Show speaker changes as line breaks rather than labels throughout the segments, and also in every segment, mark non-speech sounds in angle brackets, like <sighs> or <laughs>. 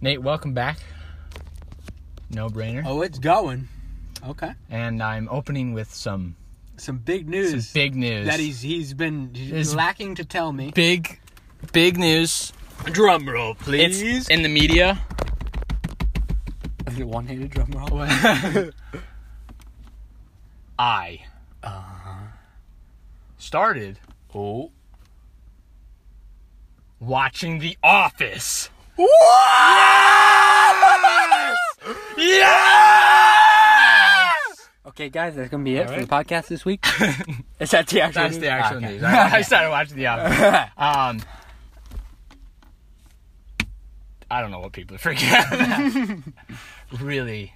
Nate, welcome back. No brainer.
Oh, it's going. Okay.
And I'm opening with some
Some big news.
some big news.
that he's he's been
Is-
lacking to tell me.
big, big news.
Drum roll,
It's in the media.
<laughs> one handed drum roll.
I uh, started
oh.
watching The Office.
What?
Yeah!
Okay, guys, that's gonna be it
All
for the
right.
podcast
<laughs>
this week. Is that the actual?
That's the actual
Okay.
<laughs> news. I, I started watching The Office. Um, I don't know what people are freaking out about. <laughs> really.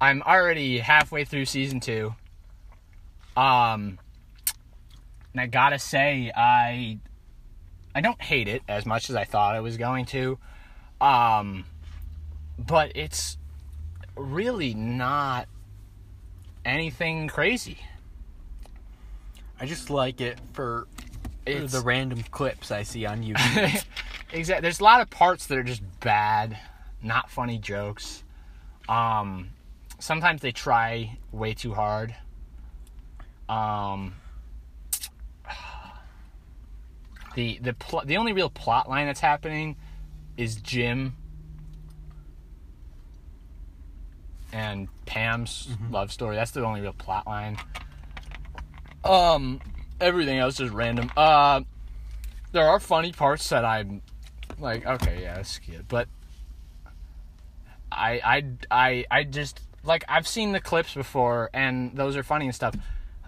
I'm already halfway through season two. Um, and I gotta say, I I don't hate it as much as I thought I was going to. Um, but it's really not anything crazy.
<laughs> I just like it for for
It's
the random clips I see
<laughs>
on YouTube.
exactly. There's a lot of parts that are just bad, not funny jokes. Um, sometimes they try way too hard. Um, the the pl- the only real plot line that's happening is Jim and Pam's love story. That's the only real plot line. Um, everything else is random. Uh, there are funny parts that I'm like, okay, yeah, that's good. But I, I, I, I just like I've seen the clips before, and those are funny and stuff.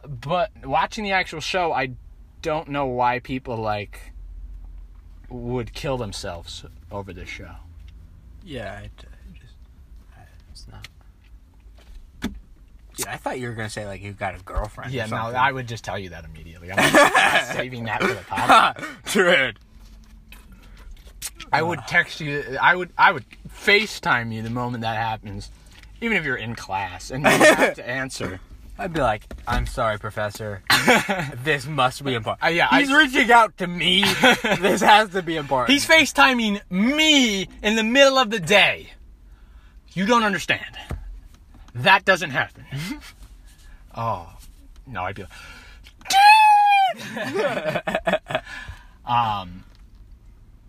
But watching the actual show, I don't know why people like would kill themselves over this show.
yeah, it, I just I- it's not. Yeah, I thought you were gonna say like you got a girlfriend.
Yeah,
or
no,
something.
I would just tell you that immediately. I'm not saving that for the podcast.
<laughs> Dude.
I would text you. I would. I would FaceTime you the moment that happens, even if you're in class and you have to answer.
I'd be like, I'm sorry, <laughs> Professor. this must be important.
Uh, yeah, I-
he's reaching out to <laughs> me. this has to be important.
He's FaceTiming me in the middle of the day. You don't understand. That doesn't happen. <laughs> oh, no, I'd be like, dude! <laughs> um,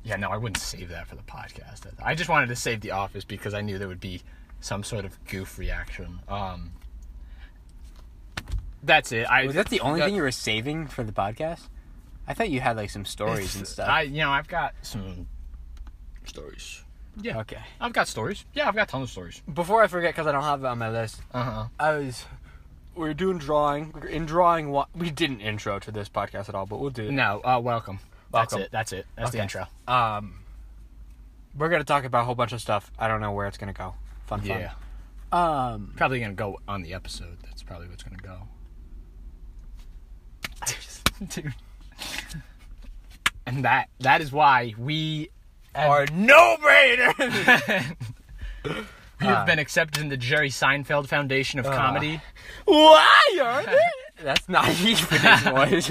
yeah, no, I wouldn't save that for the podcast. I just wanted to save The Office because I knew there would be some sort of goof reaction. Um, that's it. I,
was that the only
that-
thing you were saving for the podcast? I thought you had like some stories and stuff.
I, you know, I've got some stories. Yeah.
okay.
I've got stories. Yeah, I've got tons of stories.
Before I forget, because I don't have it on my list,
Uh huh.
I was. We were doing drawing. In drawing, wa- we didn't intro to this podcast at all, but we'll do it.
No, uh, welcome. That's
Welcome.
it. That's it. That's the
Okay.
intro.
Um, we're going to talk about a whole bunch of stuff. I don't know where it's going to go. Fun, fun.
Yeah.
Um,
Probably gonna go on the episode. That's probably what's gonna go. <laughs> Dude. and that that is why we <laughs>
or no brainer!
we have been accepted in the Jerry Seinfeld Foundation of Comedy.
Why are they? <laughs> That's not even his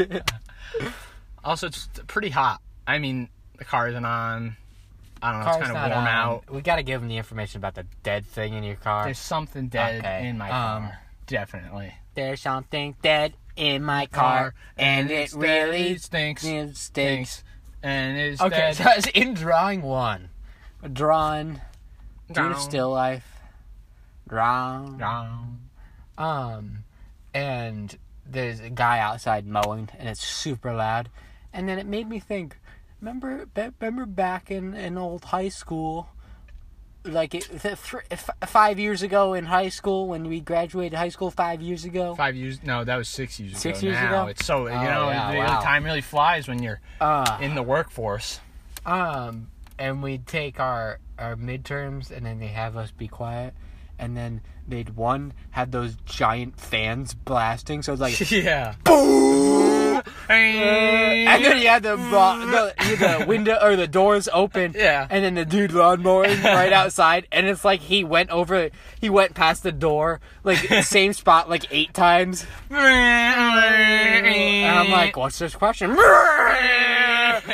voice.
Also, it's pretty hot. I mean, the car isn't on. I don't know. it's kind of warm out.
We gotta give him the information about the dead thing in your car.
There's something dead
Okay,
in my
um,
car. Definitely.
There's something dead in my
Car, and it really stinks.
stinks.
And it's
Okay,
dead.
so I was in drawing one. Drawn. Doing
Down.
still life. Drawn.
Down.
Um, and there's a guy outside mowing, and it's super loud. And then it made me think. Remember, be- remember back in, in old high school, like it, th- th- f- five years ago in high school when we graduated high school five years ago.
Five years? No, that was six years ago.
Six years
now.
ago?
It's so you
Oh,
know
yeah,
the
wow.
time really flies when you're
Uh,
in the workforce. <laughs>
um, and we'd take our our midterms, and then they have us be quiet. And then they'd one had those giant fans blasting, so it's like
yeah.
boom. And
and
then he had the, bo- the, he had the window or the doors open.
Yeah.
And then the dude lawnmowing right outside. And it's like he went over, he went past the door, like same spot, like eight times. And I'm like, what's this <laughs> question? and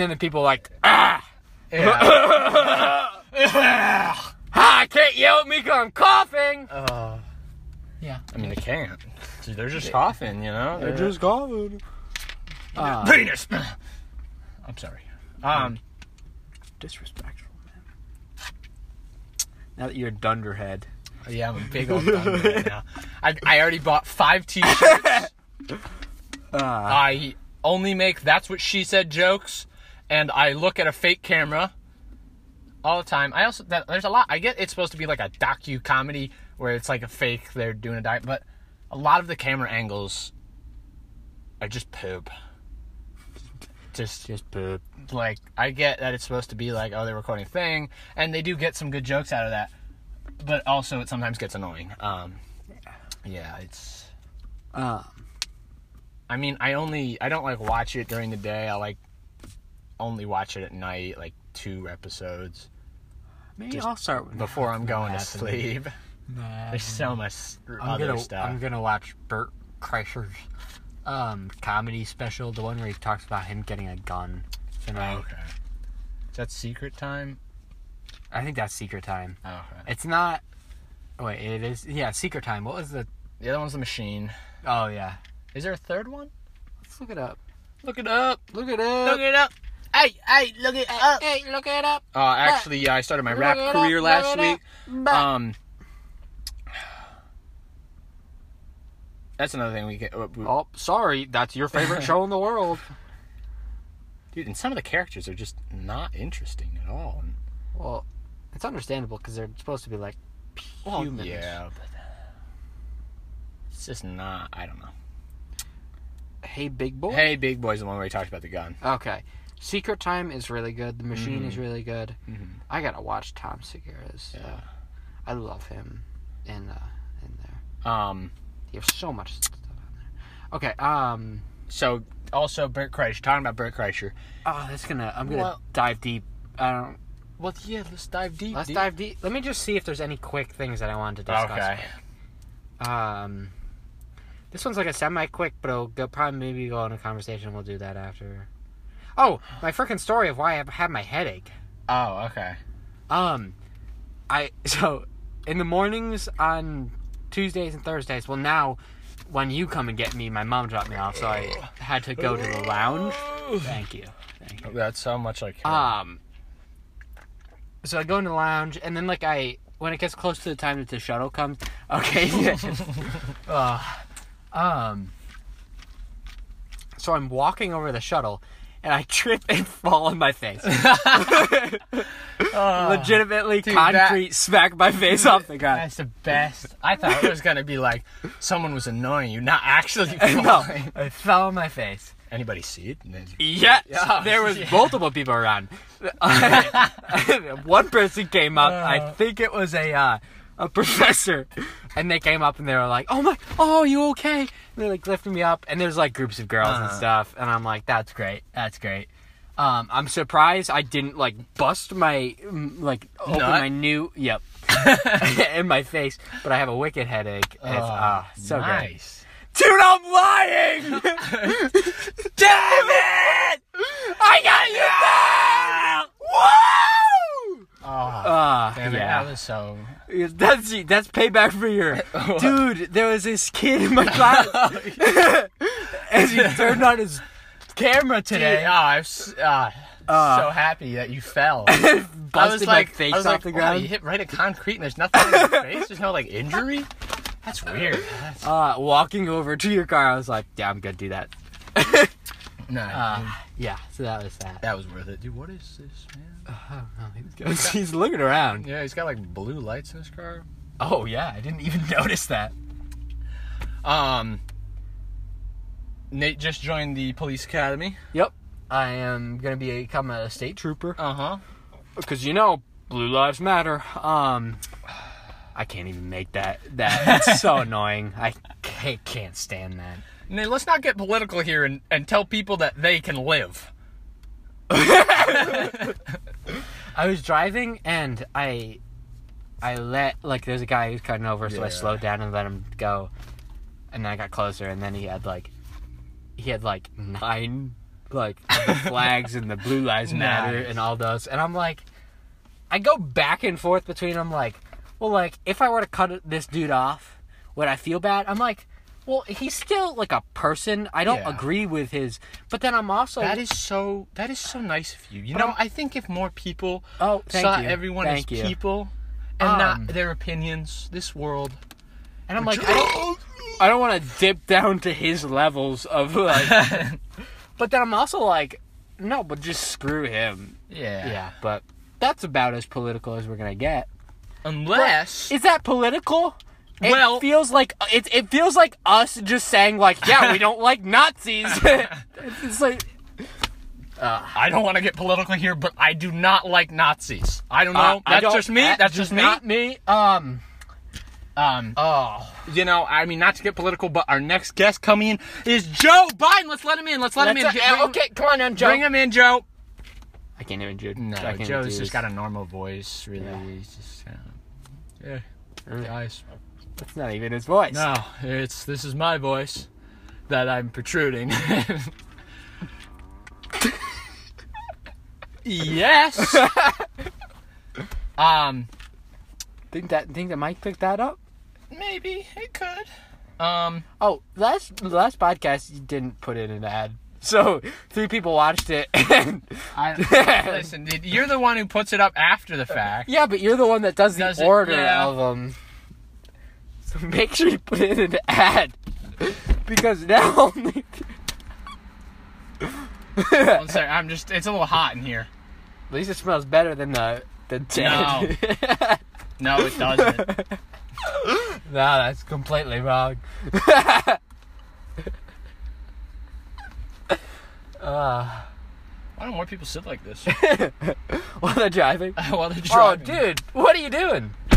then the people like, ah.
Yeah.
<laughs> Ha, I can't yell at me 'cause I'm coughing.
Uh,
Yeah.
I mean, they can't. See, They're just coughing, you know. They're just
coughing. Uh,
penis. I'm sorry. Um,
disrespectful, man. Now that you're a dunderhead.
yeah, I'm a big old dumb right now. I I already bought five t-shirts.
Uh,
I only make that's what she said jokes, and I look at a fake camera all the time. I also that, there's a lot. I get it's supposed to be like a docu comedy where it's like a fake. They're doing a diet, but a lot of the camera angles are just poop. Just
just poop.
like I get that it's supposed to be like oh they're recording a thing, and they do get some good jokes out of that, but also it sometimes gets annoying. Um, yeah, it's.
Uh,
I mean, I only I don't like watch it during the day. I like only watch it at night, like two episodes
maybe
Just
I'll start with
before I'm going to
Nothing.
sleep. Mm-hmm. <laughs>
Nah,
There's so much s-
I'm
other
gonna
stuff.
I'm gonna watch Bert Kreischer's um, comedy special, the one where he talks about him getting a gun. Tonight.
okay. Is that secret time?
I think that's Secret Time.
Oh, okay.
It's not. Wait, it is. Yeah, Secret Time. What was the?
The other one's the machine.
Oh yeah.
Is there a third one?
Let's look it up.
Look it up.
Look it up.
it up. Hey, hey, look it up.
Hey, look it up.
Uh, actually, yeah, I started my
Look
rap
it up,
career
look
last
it up.
week. Um, that's another thing we get.
Oh, sorry. That's
<laughs>
your favorite show in the world.
Dude, and some of the characters are just not interesting at all.
Well, it's understandable because they're supposed to be like humans.
yeah, but it's just not. I don't know.
Hey, big boy.
Hey, Big Boy's the one where he talked about the gun.
Okay. Secret Time is really good. The Machine is really good.
Mhm.
I gotta watch Tom Segura's. Uh,
Mm-hmm. Yeah.
I love him in uh, in there.
Um,
He has so much stuff on there. Okay. Um.
so also Bert Kreischer talking about Bert Kreischer.
Oh, that's gonna. I'm gonna
Well-
dive deep. I don't.
Well, yeah, let's dive deep.
Let's
dude.
dive deep. Let me just see if there's any quick things that I wanted to discuss.
Okay.
quick. Um. This one's like a semi-quick, but it'll go, probably maybe go on a conversation. We'll do that after. Oh, my freaking story of why I had my headache.
Oh, okay.
Um, I <laughs> so in the mornings on Tuesdays and Thursdays. Well, now when you come and get me, my mom dropped me off, so I had to go to the lounge. Thank you. Thank you.
That's so much like.
Um, so I go in the lounge, and then like I when it gets close to the time that the shuttle comes. <laughs> Okay. Ugh. um. So I'm walking over the shuttle, and I <laughs> trip and fall on my face. <laughs> legitimately
Uh, Dude, that-
concrete smacked my face off the ground.
<laughs> that's the best. I thought it was gonna be like someone was annoying you, not actually.
<laughs> No,
falling.
it fell on my face.
<laughs> Anybody see it? No.
Yes,
Yeah. <laughs>
there was
Yeah.
multiple people around. <laughs> One person came up. I think it was a uh, a <laughs> professor, and they came up and they were like, "Oh my, oh you okay?" And they're like lifting me up, and there's like groups of girls and
Uh-huh.
stuff, and I'm like, "That's great, that's great." Um, I'm surprised I didn't like bust my mm, like open
Nut?
my new
<laughs>
yep <laughs> in my face, but I have a wicked headache. It's uh, so great.
Oh, nice.
Dude, I'm lying! <laughs> Damn it! I got you back! Woo!
Oh,
Uh,
damn it, that
yeah.
was so.
That's, that's payback
<laughs>
for your. Dude, there was this kid in my
Oh,
class. As he turned on his camera
Today,
today,
oh, I'm s- ah,
Uh.
so happy that you fell.
<laughs> busted my face
I was
off
like, "Oh,
the
"Wow, you
ground.
hit right at concrete and there's nothing on your face. There's no like injury. That's weird. That's
Uh, walking over to your car, I was like, yeah, I'm gonna do that.
no.
Uh,
Ah.
yeah, so that was that.
that was worth it, dude. What is this, man?
<laughs> He's looking around.
Yeah, he's got like blue lights in his car.
Oh, yeah, I didn't even <laughs> notice that.
Um, Nate just joined the police academy.
Yep. I am gonna be become a state trooper
Uh huh.
because you know blue lives matter. Um, <sighs> I can't even make that. That <laughs> that's so annoying. I ca- can't stand that.
Nate, let's not get political here and, and tell people that they can live.
I was driving and I, I let like there's a guy who's cutting over, so I
Yeah.
slowed down and let him go, and then I got closer, and then he had like, he had like nine like
<laughs>
the flags and the blue lives matter
Nice.
and all those and i'm like i go back and forth between them like well like if i were to cut this dude off would i feel bad i'm like well he's still like a person i don't
Yeah.
agree with his but then i'm also
That is so. That is so nice of you. You
But
know,
I'm-
i think if more people
Oh, thank
saw
you.
everyone
Thank
as
you.
people and
Um,
not their opinions, this world.
and i'm like
<laughs>
i don't I don't want to dip down to his levels of
<laughs>
like. but then I'm also like, no, but just screw him.
yeah.
Yeah, but that's about as political as we're gonna get.
Unless
Is that political? It
Well-
feels like uh, it. It feels like us just saying like, yeah, we
<laughs>
don't like Nazis. it's like
I don't want to get political here, but I do not like Nazis. I don't know.
uh, I
that's
don't-
just me.
that-
that's just me.
Not me. Um.
Um,
Oh.
you know, I mean, not to get political, but our next guest coming in is Joe Biden. Let's let him in. Let's let him in.
Let's-
Get-
uh,
bring-
okay, come on, in, Joe.
Bring him in, Joe.
I can't even do.
No,
I can't even
Joe's
do
just
this.
got a normal voice, really.
Yeah.
He's just, uh, yeah.
Mm.
Guys.
That's not even his voice.
No, it's this is my voice that I'm protruding. <laughs> <laughs> yes. um,
Think that think that Mike picked that up.
maybe it could. Um,
Oh, last last podcast you didn't put in an ad. So three people watched it. <laughs> and-
I <laughs> listen. dude, You're the one who puts it up after the fact.
yeah, but you're the one that does the
Does it-
order
yeah.
of them. So make sure you put in an ad because now <laughs> only.
One sec, I'm just. It's a little hot in here.
At least it smells better than the the dead.
<laughs>
No,
No, it doesn't. <laughs>
that's completely wrong. <laughs> uh,
Why don't more people sit like this <laughs>
while they're driving.
while they're driving?
Oh, dude, what are you doing? <laughs>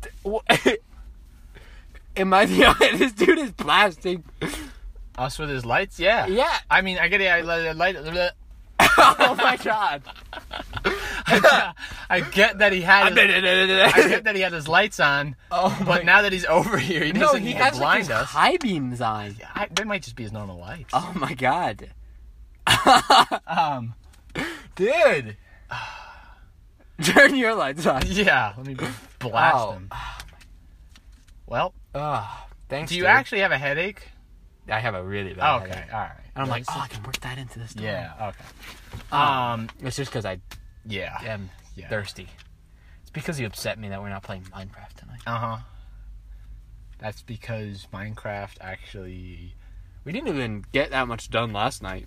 D- wh- Am I the <laughs> only? This dude is blasting.
Us with his lights, yeah.
Yeah.
I mean, I get it. I li- light.
<laughs> oh my god.
I get that he had. His, I get that he had his lights on,
<laughs> oh my.
but now that he's over here, he
no,
doesn't
he
need
has
to
like,
blind
his
us.
high beams on.
I, they might just be his normal lights.
Oh my god,
Um.
dude. <sighs> Turn your lights on.
Yeah. Let me blast
Wow.
him. Well,
Oh, thanks.
do you
dude.
actually have a headache?
I have a really bad.
Oh, okay.
headache.
All right.
And I'm like, oh, I can work that into this. story.
Yeah. Okay. Um.
It's just because I
Yeah.
am
Yeah.
thirsty. It's because you upset me that we're not playing Minecraft tonight.
Uh huh. That's because Minecraft actually.
We didn't even get that much done last night.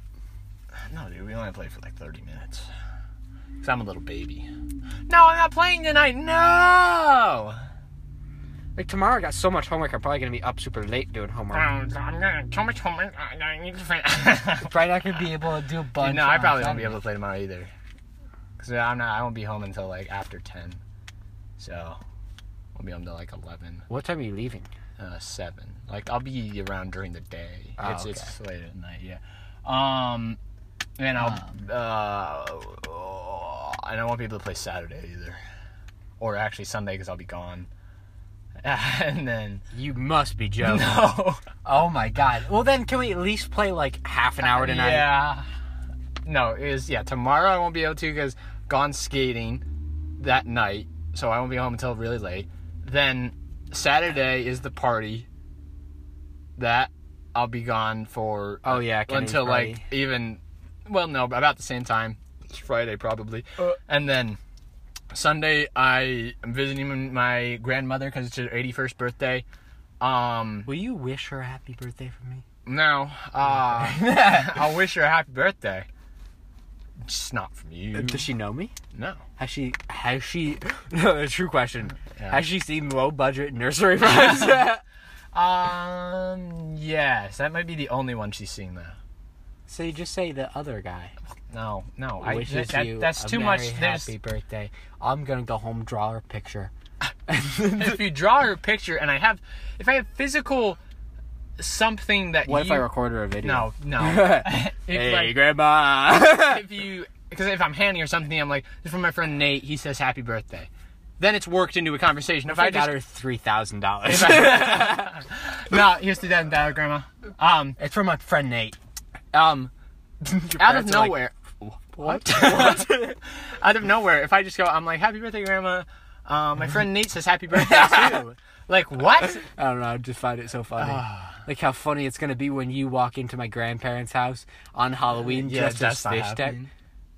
No, dude, we only played for like 30 minutes. Because I'm a little baby. No, I'm not playing tonight. <laughs> No!
Like tomorrow, I got so much homework. I'm probably gonna be up super late doing homework.
I'm gonna too much homework. I I need to finish.
Probably not gonna be able to do a bunch.
no, I probably won't be able to play tomorrow either. Because I'm not, I won't be home until like after 10. So, I'll be home till like 11,
What time are you leaving?
uh, 7. Like, I'll be around during the day.
Oh,
it's, it's late at night, yeah. Um, and I'll, uh, and I won't be able to play Saturday either. Or actually Sunday because I'll be gone. <laughs> And then,
You must be joking.
no.
Oh my god. Well, then can we at least play like half an hour tonight?
Yeah. No, it is yeah. Tomorrow I won't be able to because gone skating that night, so I won't be home until really late. Then Saturday is the party. That I'll be gone for uh,
Oh, yeah, Kenny's
until like
party.
even well no about the same time. It's Friday probably,
Uh.
and then. Sunday, I am visiting my grandmother because it's her 81st birthday. Um,
Will you wish her happy birthday for me?
no. Uh, <laughs> I'll wish her a happy birthday. Just not from you.
Does she know me?
No.
Has she? Has she? <laughs> No, the true question.
Yeah.
Has she seen low budget nursery rhymes?
<laughs>
<laughs>
Um, yes. That might be the only one she's seen, though.
so you just say the other guy
No, no. I,
wishes
that, that-
you
that's
a
too
very
much. There's,
happy birthday. I'm gonna go home draw her picture.
if you draw her picture and I have, if I have physical something that
What
you,
if I record her a video?
No, <laughs> no.
hey,
if, like, <laughs>
grandma.
if you, because if I'm handing her something, I'm like, this is from my friend Nate. He says happy birthday. Then it's worked into a conversation. If I,
I
just
got her three thousand dollars. <laughs>
<laughs> no, here's the dead and Grandma. Um,
<laughs> It's from my friend Nate.
um, out of
parents are like,
nowhere.
What?
<laughs> out of nowhere, if I just go, I'm like, "Happy birthday, Grandma." Uh, my friend Nate says, <laughs> "Happy birthday too." like what?
I don't know. I just find it so funny.
Ah.
like how funny it's gonna be when you walk into my grandparents' house on Halloween
Yeah,
just as
that's not
fish tank.
happening.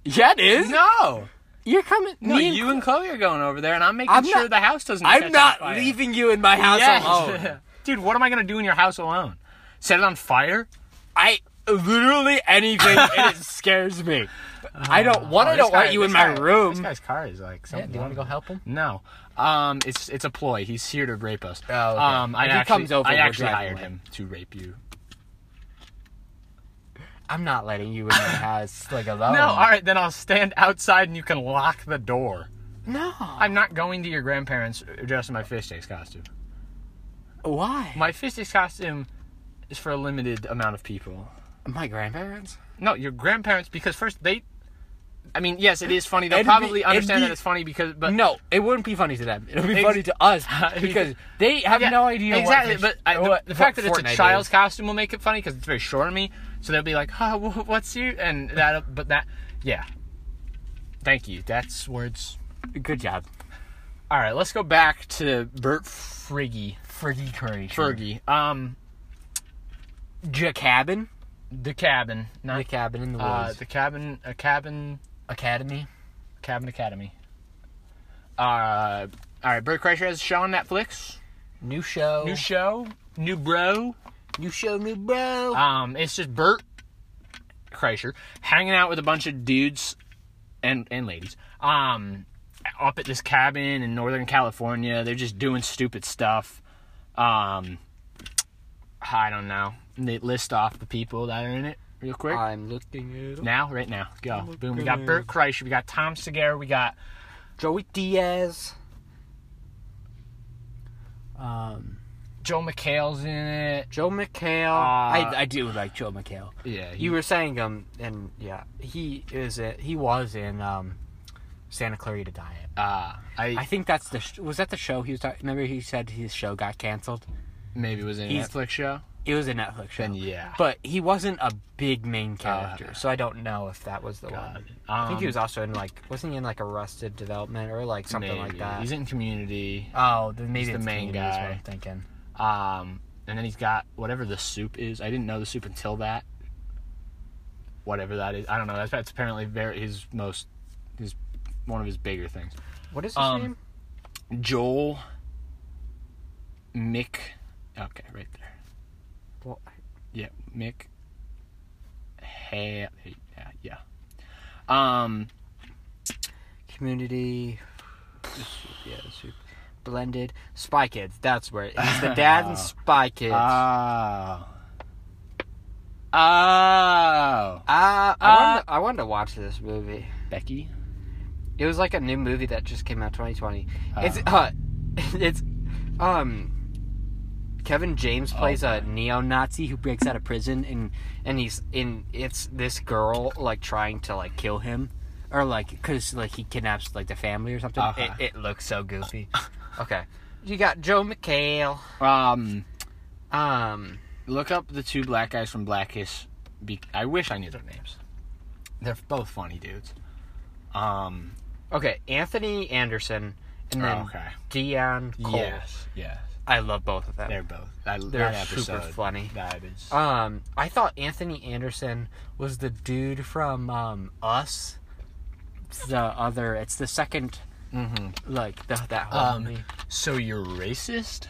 Yeah, it is.
No,
You're coming.
no.
me and
you and Chloe are going over there, and I'm making
I'm
sure
not-
the house doesn't. catch
I'm
on
not
fire.
leaving you in my house
Yes.
alone.
<laughs> Dude, what am I gonna do in your house alone? Set it on fire?
I literally anything and
<laughs>
it scares me. I don't. One,
Oh,
I
this
don't want
guy-
you in
this
my
guy-
room.
This guy's car is like.
Yeah, do you want to go help him?
No, um, it's it's a ploy. He's here to rape us.
Oh, okay.
Um, I
If he
actually,
comes over,
I
we're
actually
driving
hired
away.
him to rape you.
I'm not letting you
<laughs>
in my house like alone.
No, all right, then I'll stand outside and you can lock the door.
no.
I'm not going to your grandparents dressed in my fish sticks costume.
Why?
My fish sticks costume is for a limited amount of people.
My grandparents.
No, your grandparents, because first they. I mean, yes, it is funny. They'll
It'd be-
probably
it'd
understand
be-
that it's funny because, but
No, it wouldn't be funny to them. It'll be
Ex-
funny to <laughs> us
Yeah.
because they have
Yeah,
no idea.
exactly.
What
but I, the, the fact that it's a child's costume will make it funny because it's very short on me. So they'll be like, "Huh, wh- what's you?" And that, but that, yeah. Thank you. That's words.
Good job,
All right, let's go back to Bert Friggy.
Fergie Curry.
Fergie. Um,
J cabin.
the cabin, not
The cabin in the woods.
uh, the cabin, a cabin,
Academy.
cabin academy. Uh, all right, Bert Kreischer has a show on Netflix.
New show.
New show, new bro.
new show. New bro.
Um, it's just Bert Kreischer hanging out with a bunch of dudes and and ladies. Um, up at this cabin in Northern California, they're just doing stupid stuff. Um, I don't know. They list off the people that are in it real quick.
I'm looking at
now, right now,
oh
go. Boom. We
at
got Bert Kreischer. We got Tom Segura. We got
Joey Diaz. Um,
Joe McHale's in it.
Joe McHale.
Uh,
I I do like Joe McHale.
Yeah, he,
You were saying um and yeah he is a, he was in um Santa Clarita Diet.
uh, I,
I think that's the sh- was that the show he was talking. Remember he said his show got canceled.
maybe was in a
he's-
Netflix show.
It was a Netflix show.
Then yeah.
But he wasn't a big main character, so I don't know if that was the one. Uh, I think he
Uh, Um,
was also in like wasn't he in like Arrested Development or like something like
maybe.
that.
He's in Community.
oh, then maybe
the
it's
main
Community is what
guy.
I'm thinking.
Um, and then he's got whatever the soup is. I didn't know the soup until that. Whatever that is, I don't know. That's, that's apparently very his most his one of his bigger things.
What is his
Um,
name?
Joel Mick. Okay, right there.
Well,
Yeah, Mick. Hey, yeah, yeah. Um,
community. Yeah, that's who- blended Spy Kids. That's where it- it's the dad
<laughs>
and Spy Kids. Ah,
oh, oh,
I,
uh,
wanted, I wanted to watch this movie.
Becky.
It was like a new movie that just came out 2020.
Oh.
It's uh, <laughs> it's um. Kevin James
Oh,
plays a neo-Nazi who breaks out of prison and and he's in it's this girl like trying to like kill him or like cuz like he kidnaps like the family or something.
Uh-huh.
It, it looks
<laughs>
so goofy. okay. You got Joe McHale.
Um,
Um
Look up the two black guys from Blackish. Be- I wish I knew their names. They're both funny dudes. Um.
okay, Anthony Anderson and then
Oh, okay.
Dion Cole.
Yes. Yes.
I love both of them.
They're both. That,
They're
that
super
episode,
funny.
That is.
Um, I thought Anthony Anderson was the dude from um, Us. It's the other, it's the second, like the, that whole
Um,
movie.
so you're
<laughs>
racist?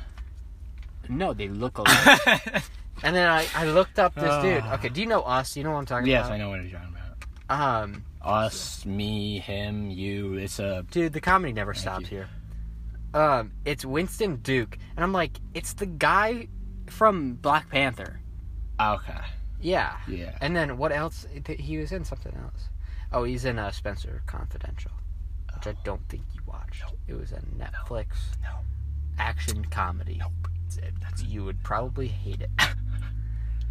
No, they look alike. Uh. and then I, I looked up this dude.
Ah.
Okay, do you know Us? You know what I'm talking
yes, I
about?
know what you're talking about.
I know. Um,
Us, me, him, you. It's a.
dude, the comedy never stops here. Um, it's Winston Duke, and I'm like, it's the guy from Black Panther.
ah, Okay.
Yeah.
Yeah.
And then what else? Th- He was in something else. Oh, he's in uh, Spencer Confidential, which I don't think you watched. It was a Netflix
Oh. No.
action comedy. It's- it- that's- you would probably
<laughs>
hate it.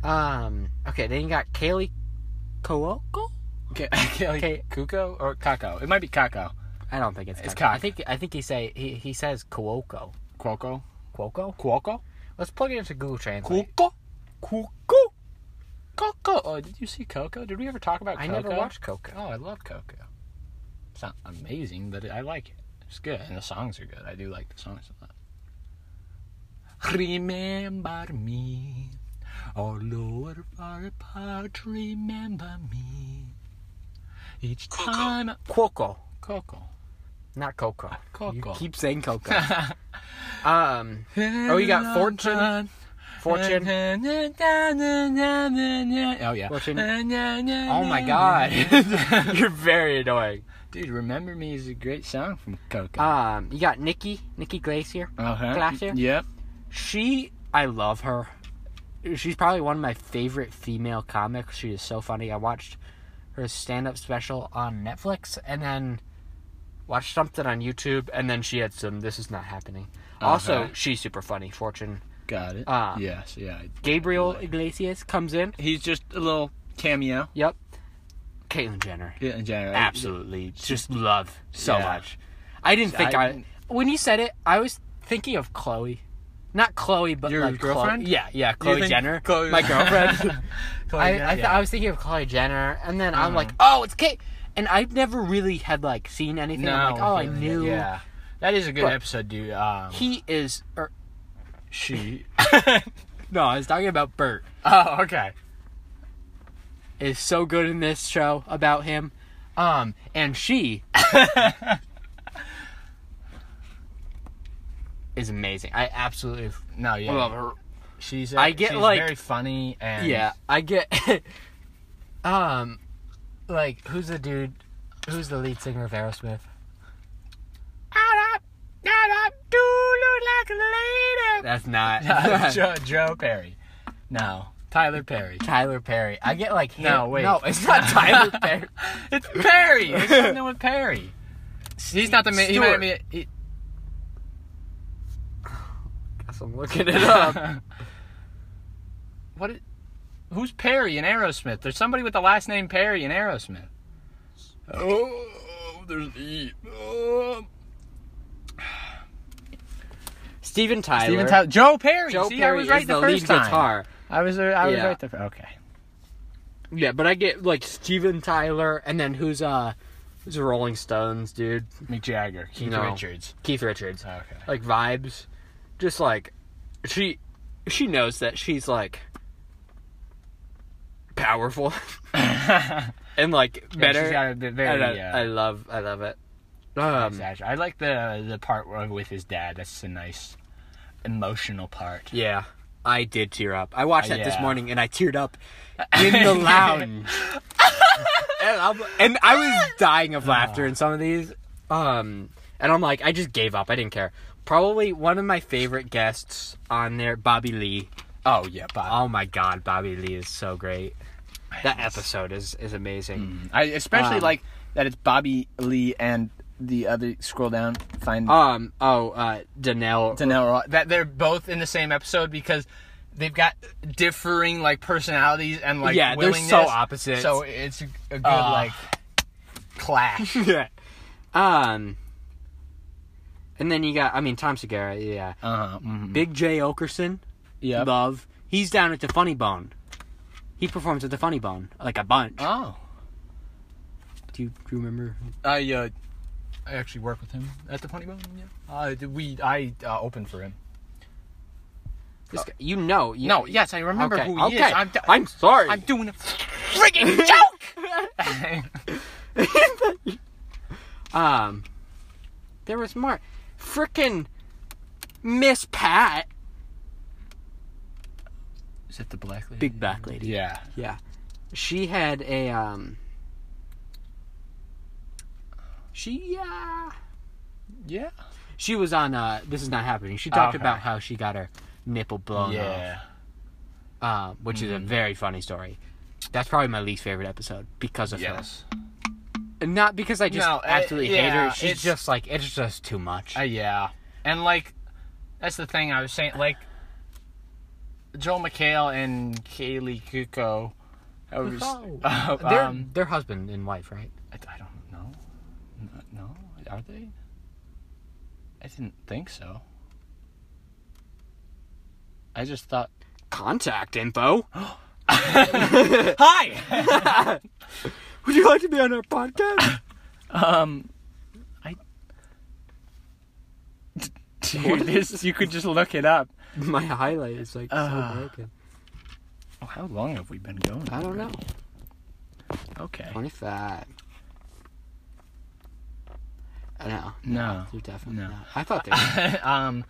um. Okay. Then you got Kaylee Coelho.
Okay. <laughs> okay.
Okay.
Kuko or Kako? It might be Kako.
I don't think it's.
It's
Coelho. I
cock.
think I think he say he, he says Coelho.
Cuoco.
Cuoco.
Cuoco.
Let's plug it into Google Translate.
Cuoco. Cuoco. Cuoco. Oh, oh, did you see Coco? Did we ever talk about
I
Coco?
never watched Coco.
Oh, I love Coco. It's not amazing, but I like it. It's good, and the songs are good. I do like the songs a lot. Remember me, oh Lord, far apart. Remember me. Each time,
Coco,
Coco.
not Coco. You
Coco. <laughs>
keep saying Coco. um, Oh, you got Fortune? Fortune.
<laughs>
<laughs>
Oh yeah.
Fortune.
Oh
Oh <laughs> my god, you're very annoying.
<laughs> Dude, Remember Me is a great song from Coco.
Um, you got Nikki, Nikki Glacier.
uh-huh.
Glacier?
Yep.
She, I love her. She's probably one of my favorite female comics. She is so funny. I watched her stand-up special on Netflix, and then watched something on YouTube, and then she had some. This is not happening. Also,
Okay.
she's super funny. Fortune
Got it.
Ah.
yes, yeah. I-
Gabriel Iglesias comes in.
He's just a little cameo.
Yep. Caitlyn Jenner.
Yeah, in general.
Absolutely, just love so
Yeah.
much. I didn't think I,
I-
When you said it, I was thinking of Chloe, not Chloe, but
Your
like Chloe-
girlfriend?
yeah, yeah, Chloe
think
Jenner,
Chloe- <laughs>
my girlfriend.
Chloe
I,
Jenner,
I, th-
yeah.
I was thinking of Chloe Jenner, and then
Mm.
I'm like, oh, it's Kate. And I never really had like seen anything. I'm like, oh, I
yeah,
knew
Yeah. That is a good
But-
episode, dude. Um,
he is. Or,
she.
<laughs> no, I was talking about Bert.
<laughs> oh, okay.
Is so good in this show about him, um,
<laughs>
and she is amazing. I absolutely
No, yeah.
love her.
She's.
I get,
she's
like-
very funny and. <laughs>
Yeah, I get. <laughs> um, like who's the dude? Who's the lead singer of Aerosmith?
do look like a lady. <laughs>
That's not
No,
<laughs>
Joe, Joe Perry. No, Tyler Perry.
Tyler Perry. I get like him. <laughs>
No, wait.
no,
<laughs>
it's not Tyler Perry.
It's Perry.
<laughs>
It's something with Perry. He's not the main. He might
Stewart.
be. He,
Guess I'm looking it up.
<laughs> what? Is, who's Perry in Aerosmith? There's somebody with the last name Perry in Aerosmith. Oh, there's an E. Oh.
Steven Tyler.
Steven Tyler. Joe Perry.
Joe
See, I
Perry
was right
is
the,
the,
first
lead
time.
guitar.
I was. I was
Yeah.
right the. fir- Okay.
Yeah, but I get like Steven Tyler, and then who's uh, who's the Rolling Stones dude?
Mick Jagger. Keith
No.
Richards.
Keith Richards.
Okay.
like vibes just like she she knows that she's like powerful <laughs> and like better
She's got a bit
And
very.
I, I
uh,
love i love it um
exagger- I like the the part where- with his dad. That's a nice, emotional part.
yeah i did tear up i watched that
Uh,
this
Yeah.
morning and i teared
<laughs>
up in the lounge and, I'm, and i was dying of
Uh.
laughter in some of these um and i'm like i just gave up i didn't care probably one of my favorite guests on there bobby lee
Oh yeah, Bob.
Oh my god, Bobby Lee is so great. That episode is is amazing.
I especially
Um,
like that it's Bobby Lee and the other scroll down find
Um oh uh Danelle
Danelle Ro- that they're both in the same episode because they've got differing like personalities and like
Yeah, they're
willingness.
so opposites.
So it's a, a good
Uh.
like clash.
yeah. <laughs> Um and then you got I mean Tom Segura, yeah.
<laughs> uh-huh. mhm.
Mm-hmm. Big J Okerson,
Yep.
love. He's down at the Funny Bone. He performs at the Funny Bone like a bunch.
Oh.
do, you, do you remember?
I uh I actually work with him at the Funny Bone. Yeah. Uh, we I uh, opened for him.
This guy, Oh, you know, you,
No, yes, I remember
okay,
who he
okay.
is.
I'm,
I'm, d-
sorry.
I'm doing a
<laughs>
freaking joke.
Um, there was more. Frickin' Miss Pat,
Is it the black lady?
big back lady.
Yeah.
Yeah. She had a um She yeah.
Yeah.
She was on uh This Is Not Happening. She talked
Oh, Okay.
about how she got her nipple
Oh,
blown
Yeah. Mm-hmm.
off. Uh, which is a very funny story. That's probably my least favorite episode because of
Yes.
her. And Not because I just
No, I-
absolutely hate her.
yeah,
She's
it's-
just like it's just too much.
Uh, yeah. And like, that's the thing I was saying. Like, Joel McHale and Kaylee Kuko. However, s-
Kuko.
<laughs> uh,
they're,
um,
they're husband and wife, right?
I, I don't know. N- No, are they? I didn't think so. I just thought.
Contact info. <gasps>
Hi.
Would you like to be on our <laughs> podcast?
Um, I. Dude, this <laughs> you could just look it up.
My highlight is like
Uh.
so broken.
Oh, how long have we been going?
I don't know.
Okay.
Twenty five. I know.
No.
You're definitely
No.
not. I thought they were.
<laughs> um,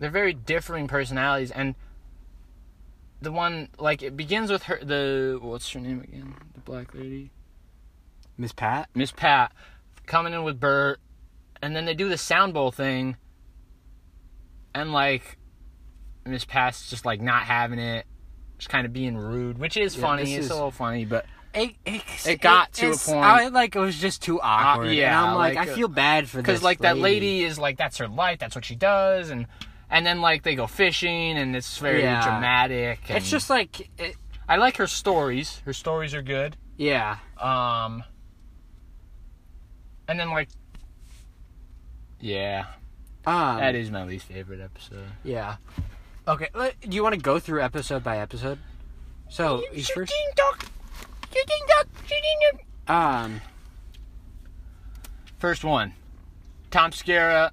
they're very differing personalities, and the one like it begins with her. The what's her name again? The black lady,
<laughs> Miss Pat?
Miss Pat, coming in with Bert, and then they do the sound bowl thing, and like Miss Pat's just like not having it. Just kind of being rude, which is
Yeah,
funny.
this
It's
is-
a little funny, but
It,
It got to a
it's-
point-
I like it was just too awkward.
yeah,
and I'm Uh, like,
like,
I feel bad for this.
because like that lady is like that's her life, that's what she does, and and then like they go fishing, and it's very
Yeah.
dramatic. And
It's just like, it,
I like her stories. Her stories are good.
yeah,
Um and then like Yeah.
um,
That is my least favorite episode.
yeah. Okay, let- do you want to go through episode by episode? So you first,
duck. Shooting duck. Shooting duck.
um,
First one. Tom Scara.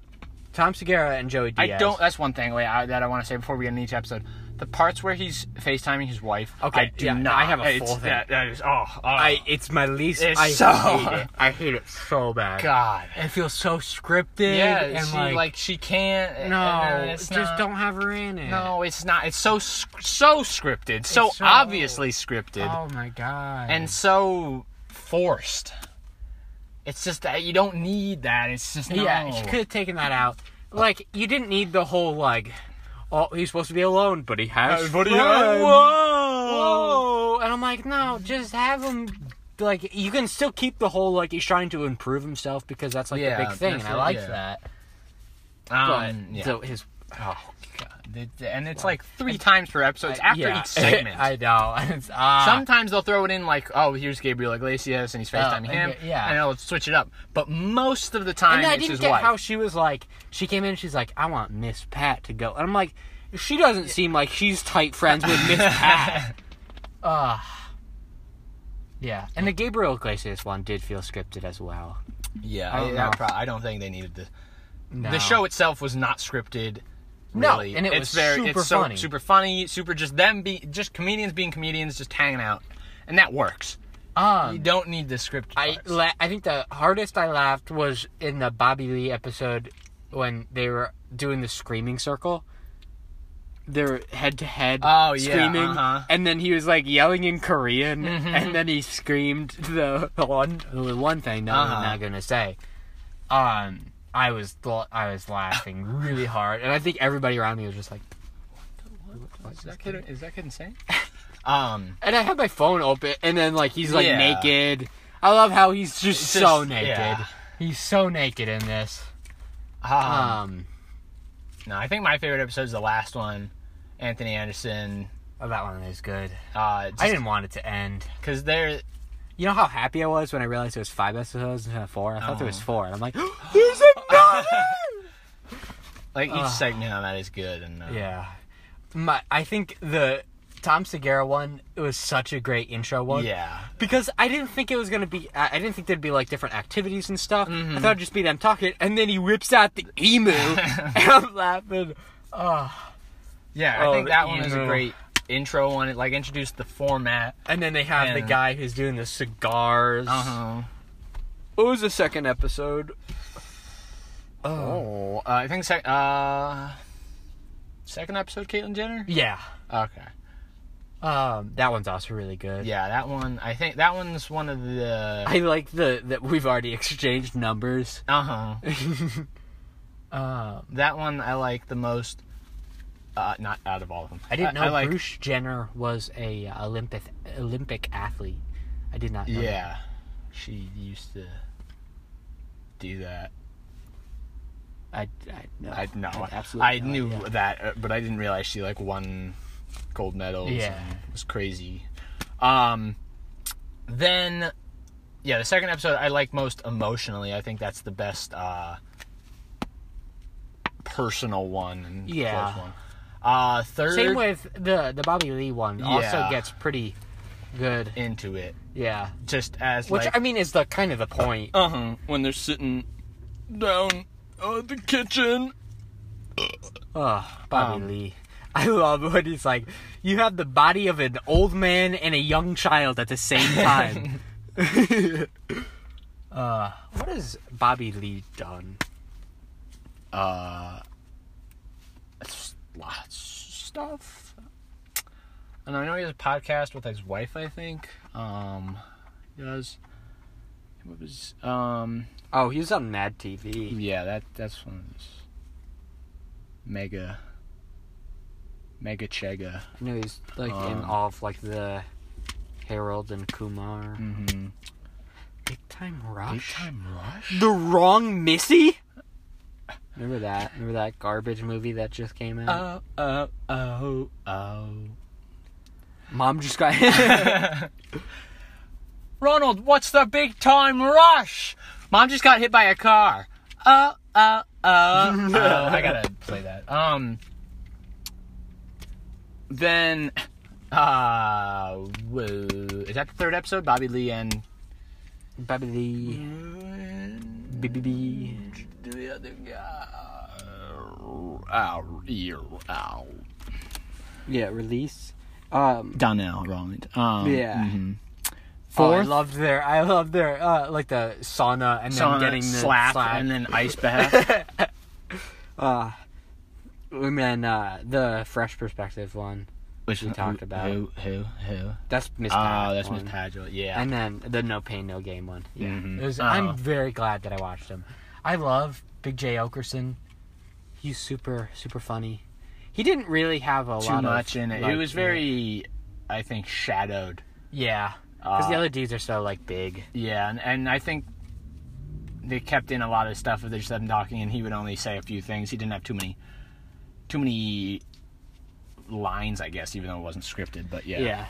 Tom Segura and Joey
I
Diaz.
don't that's one thing wait, I, that I want to say before we get into each episode. The parts where he's FaceTiming his wife.
Okay,
I do
yeah,
not
I have a
it's-
full thing.
That, that is oh, oh
I it's my least.
It's
I
so-
<laughs> hate it. I hate it so bad.
God.
It feels so scripted.
Yeah,
and
she
like,
like, she can't and
no,
then it's
just
not-
don't have her in it.
No, it's not. It's so sc- so scripted, so,
It's so-
obviously scripted,
Oh my god.
and so forced. It's just that you don't need that. It's just no.
Yeah, she could have taken that out. Like, you didn't need the whole like, oh, he's supposed to be alone, but he has.
Everybody-
friends.
Whoa!
Whoa! And I'm like, no, just have him. Like, you can still keep the whole like he's trying to improve himself because that's like
Yeah,
the big thing, and
that's
I
it,
like
yeah.
that. But
Um, yeah.
so his
oh god, It- and it's like three times per episode. It's after
yeah.
each <laughs> segment.
<laughs> I know. and It's,
Uh,
ah,
Sometimes they'll throw it in like, oh, here's Gabriel Iglesias, and he's FaceTiming
okay,
him,
Oh, yeah.
and they'll switch it up. But most of the time,
And I
it's his
didn't get
wife.
how she was like. She came in. She's like, I want Miss Pat to go, and I'm like, she doesn't seem like she's tight friends with
<laughs>
Miss Pat. Ugh. Yeah, and the Gabriel Iglesias one did feel scripted as well.
yeah,
I
I,
don't
I
know.
pro- I don't think they needed this.
Oh, No.
The show itself was not scripted.
No,
Really.
and it
it's
was
very,
super
it's so,
funny.
Super funny. Super just them be just comedians being comedians, just hanging out, and that works. You
Um,
don't need the script.
I la- I think the hardest I laughed was in the Bobby Lee episode when they were doing the screaming circle. They're head to head
Oh, yeah,
screaming,
uh-huh.
and then he was like yelling in Korean, and then he screamed the, the one the one thing that
Uh-huh.
I'm not gonna say. Um, I was th- I was laughing really hard, and I think everybody around me was just like,
is that kid is that kid insane?
<laughs>
um,
and I had my phone open, and then like he's like
Yeah.
naked. I love how he's just,
It's
so
just-
naked.
yeah.
He's so naked in this.
um,
Um,
no, I think my favorite episode is the last one. Anthony Anderson.
oh, that one is good.
Uh,
I didn't want it to end.
because they're
You know how happy I was when I realized there was five episodes instead of four. I thought there was
Oh.
four. And
<gasps>
I'm like, <gasps> there's another.
<laughs> like each
Ugh.
segment on that is good and uh,
yeah, my I think the Tom Segura one it was such a great intro one.
yeah.
because I didn't think it was gonna be. I I didn't think there'd be like different activities and stuff.
Mm-hmm.
I thought it'd just be them talking, and then he whips out the
<laughs>
emu, and I'm laughing. Ugh.
Yeah, I
Oh,
think that one is a
emo.
great intro one. It like introduced the format.
And then they have the
And-
guy who's doing the cigars.
Uh-huh.
What was the second episode?
Oh, uh, I think sec- uh, second episode, Caitlyn Jenner.
Yeah,
Okay.
um, that one's also really good.
Yeah, that one. I think that one's one of the.
I like the that we've already exchanged <laughs> numbers.
Uh huh.
Um,
That one I like the most. Uh, not out of all of them.
I didn't know
I like.
Bruce Jenner was a uh, Olympic Olympic athlete. I did not. know
Yeah, she used to do that.
that. I, I, no,
I no, I,
absolutely no
knew
idea.
that, uh, but I didn't realize she like won gold medals.
Yeah.
and it was crazy. Um, then, yeah, the second episode I like most emotionally. I think that's the best uh, personal one and
Yeah.
close one. Uh, third
Same with the the Bobby Lee one. Also
Yeah.
gets pretty good.
into it,
Yeah.
just as
Which
like,
I mean is the kind of the point.
uh huh, when they're sitting down at the kitchen.
Oh, Bobby
Um,
Lee. I love when he's like, you have the body of an old man and a young child at the same <laughs> time. uh, what has Bobby Lee done?
Uh, s- lots stuff. And I know he has a podcast with his wife. I think. Um, he does. What was um.
Oh, he was on Mad TV.
Yeah, that that's one of those mega mega chega.
I know he's like in
Um,
all of like the Harold and Kumar.
Mm-hmm.
Big Time Rush.
rush.
The Wrong Missy. Remember that? Remember that garbage movie that just came out?
Oh oh oh oh.
Mom just got. <laughs>
<laughs> Ronald, what's the big time rush? Mom just got hit by a car. Oh oh oh. <laughs> oh I gotta play that. Um. Then, uh, whoa. is that the third episode? Bobby Lee and
Bobby Lee. BBB.
the other guy. Ow, ew, ow.
Yeah, release. Um,
Donnell Rawlings. Um,
Yeah.
mhm.
oh, I
Fourth,
loved their, I loved their, uh, like the sauna and then
sauna,
getting the
slap,
slap,
and then ice bath.
uh, and then uh, the fresh perspective one.
which
We talked about.
Who, who, who?
That's Miss.
Oh,
Pat
that's Miss
one.
Padgett. Yeah.
And then the no pain, no game one. Yeah,
Mhm.
It was-
Oh.
I'm very glad that I watched him. I love Big J Okerson. He's super, super funny. He didn't really have a
Too
lot
much
of,
in it.
like,
it was very, I think, shadowed.
yeah. Because the
Uh,
other dudes are so like big.
Yeah, and, and I think they kept in a lot of stuff of just them talking, and he would only say a few things. He didn't have too many, too many lines, I guess, even though it wasn't scripted. But yeah,
Yeah.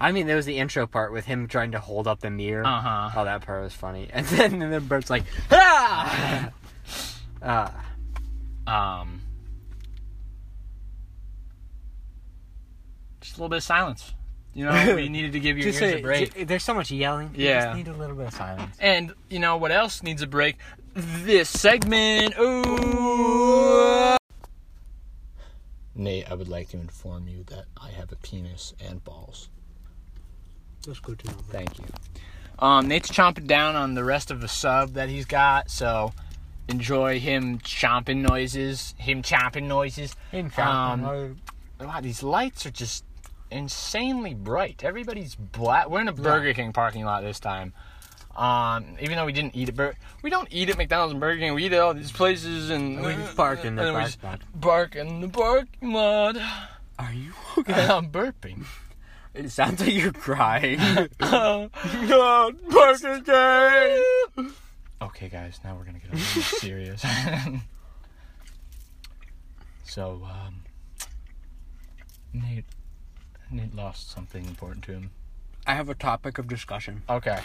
I mean, there was the intro part with him trying to hold up the mirror.
Uh-huh.
Oh, that part was funny. <laughs> And then, and then Bert's like, <laughs> ah! uh,
Um, just a little bit of silence. You know,
<laughs>
we needed to give your ears
just
a
a-
break.
j- there's so much yelling. You
Yeah.
just need a little bit of silence.
And you know what else needs a break? This segment. Ooh. Nate, I would like to inform you that I have a penis and balls.
That's good to know.
Thank you. Um, Nate's chomping down on the rest of the sub that he's got, so enjoy him chomping noises. Him chomping noises.
In
Um, Wow, these lights are just insanely bright. Everybody's black. We're in a Burger King parking lot this time. Um, even though we didn't eat at Bur- we don't eat at McDonald's and Burger King. We eat at all these places and
we uh, just bark in the
and we
parking
just
lot.
Bark in the parking lot.
Are you okay?
I'm <laughs> burping.
<laughs> It sounds like you're <laughs> crying.
Oh, God, Burger King. Okay, guys, now we're gonna get a little serious. <laughs> so, um, Nate, Nate lost something important to him.
I have a topic of discussion.
Okay.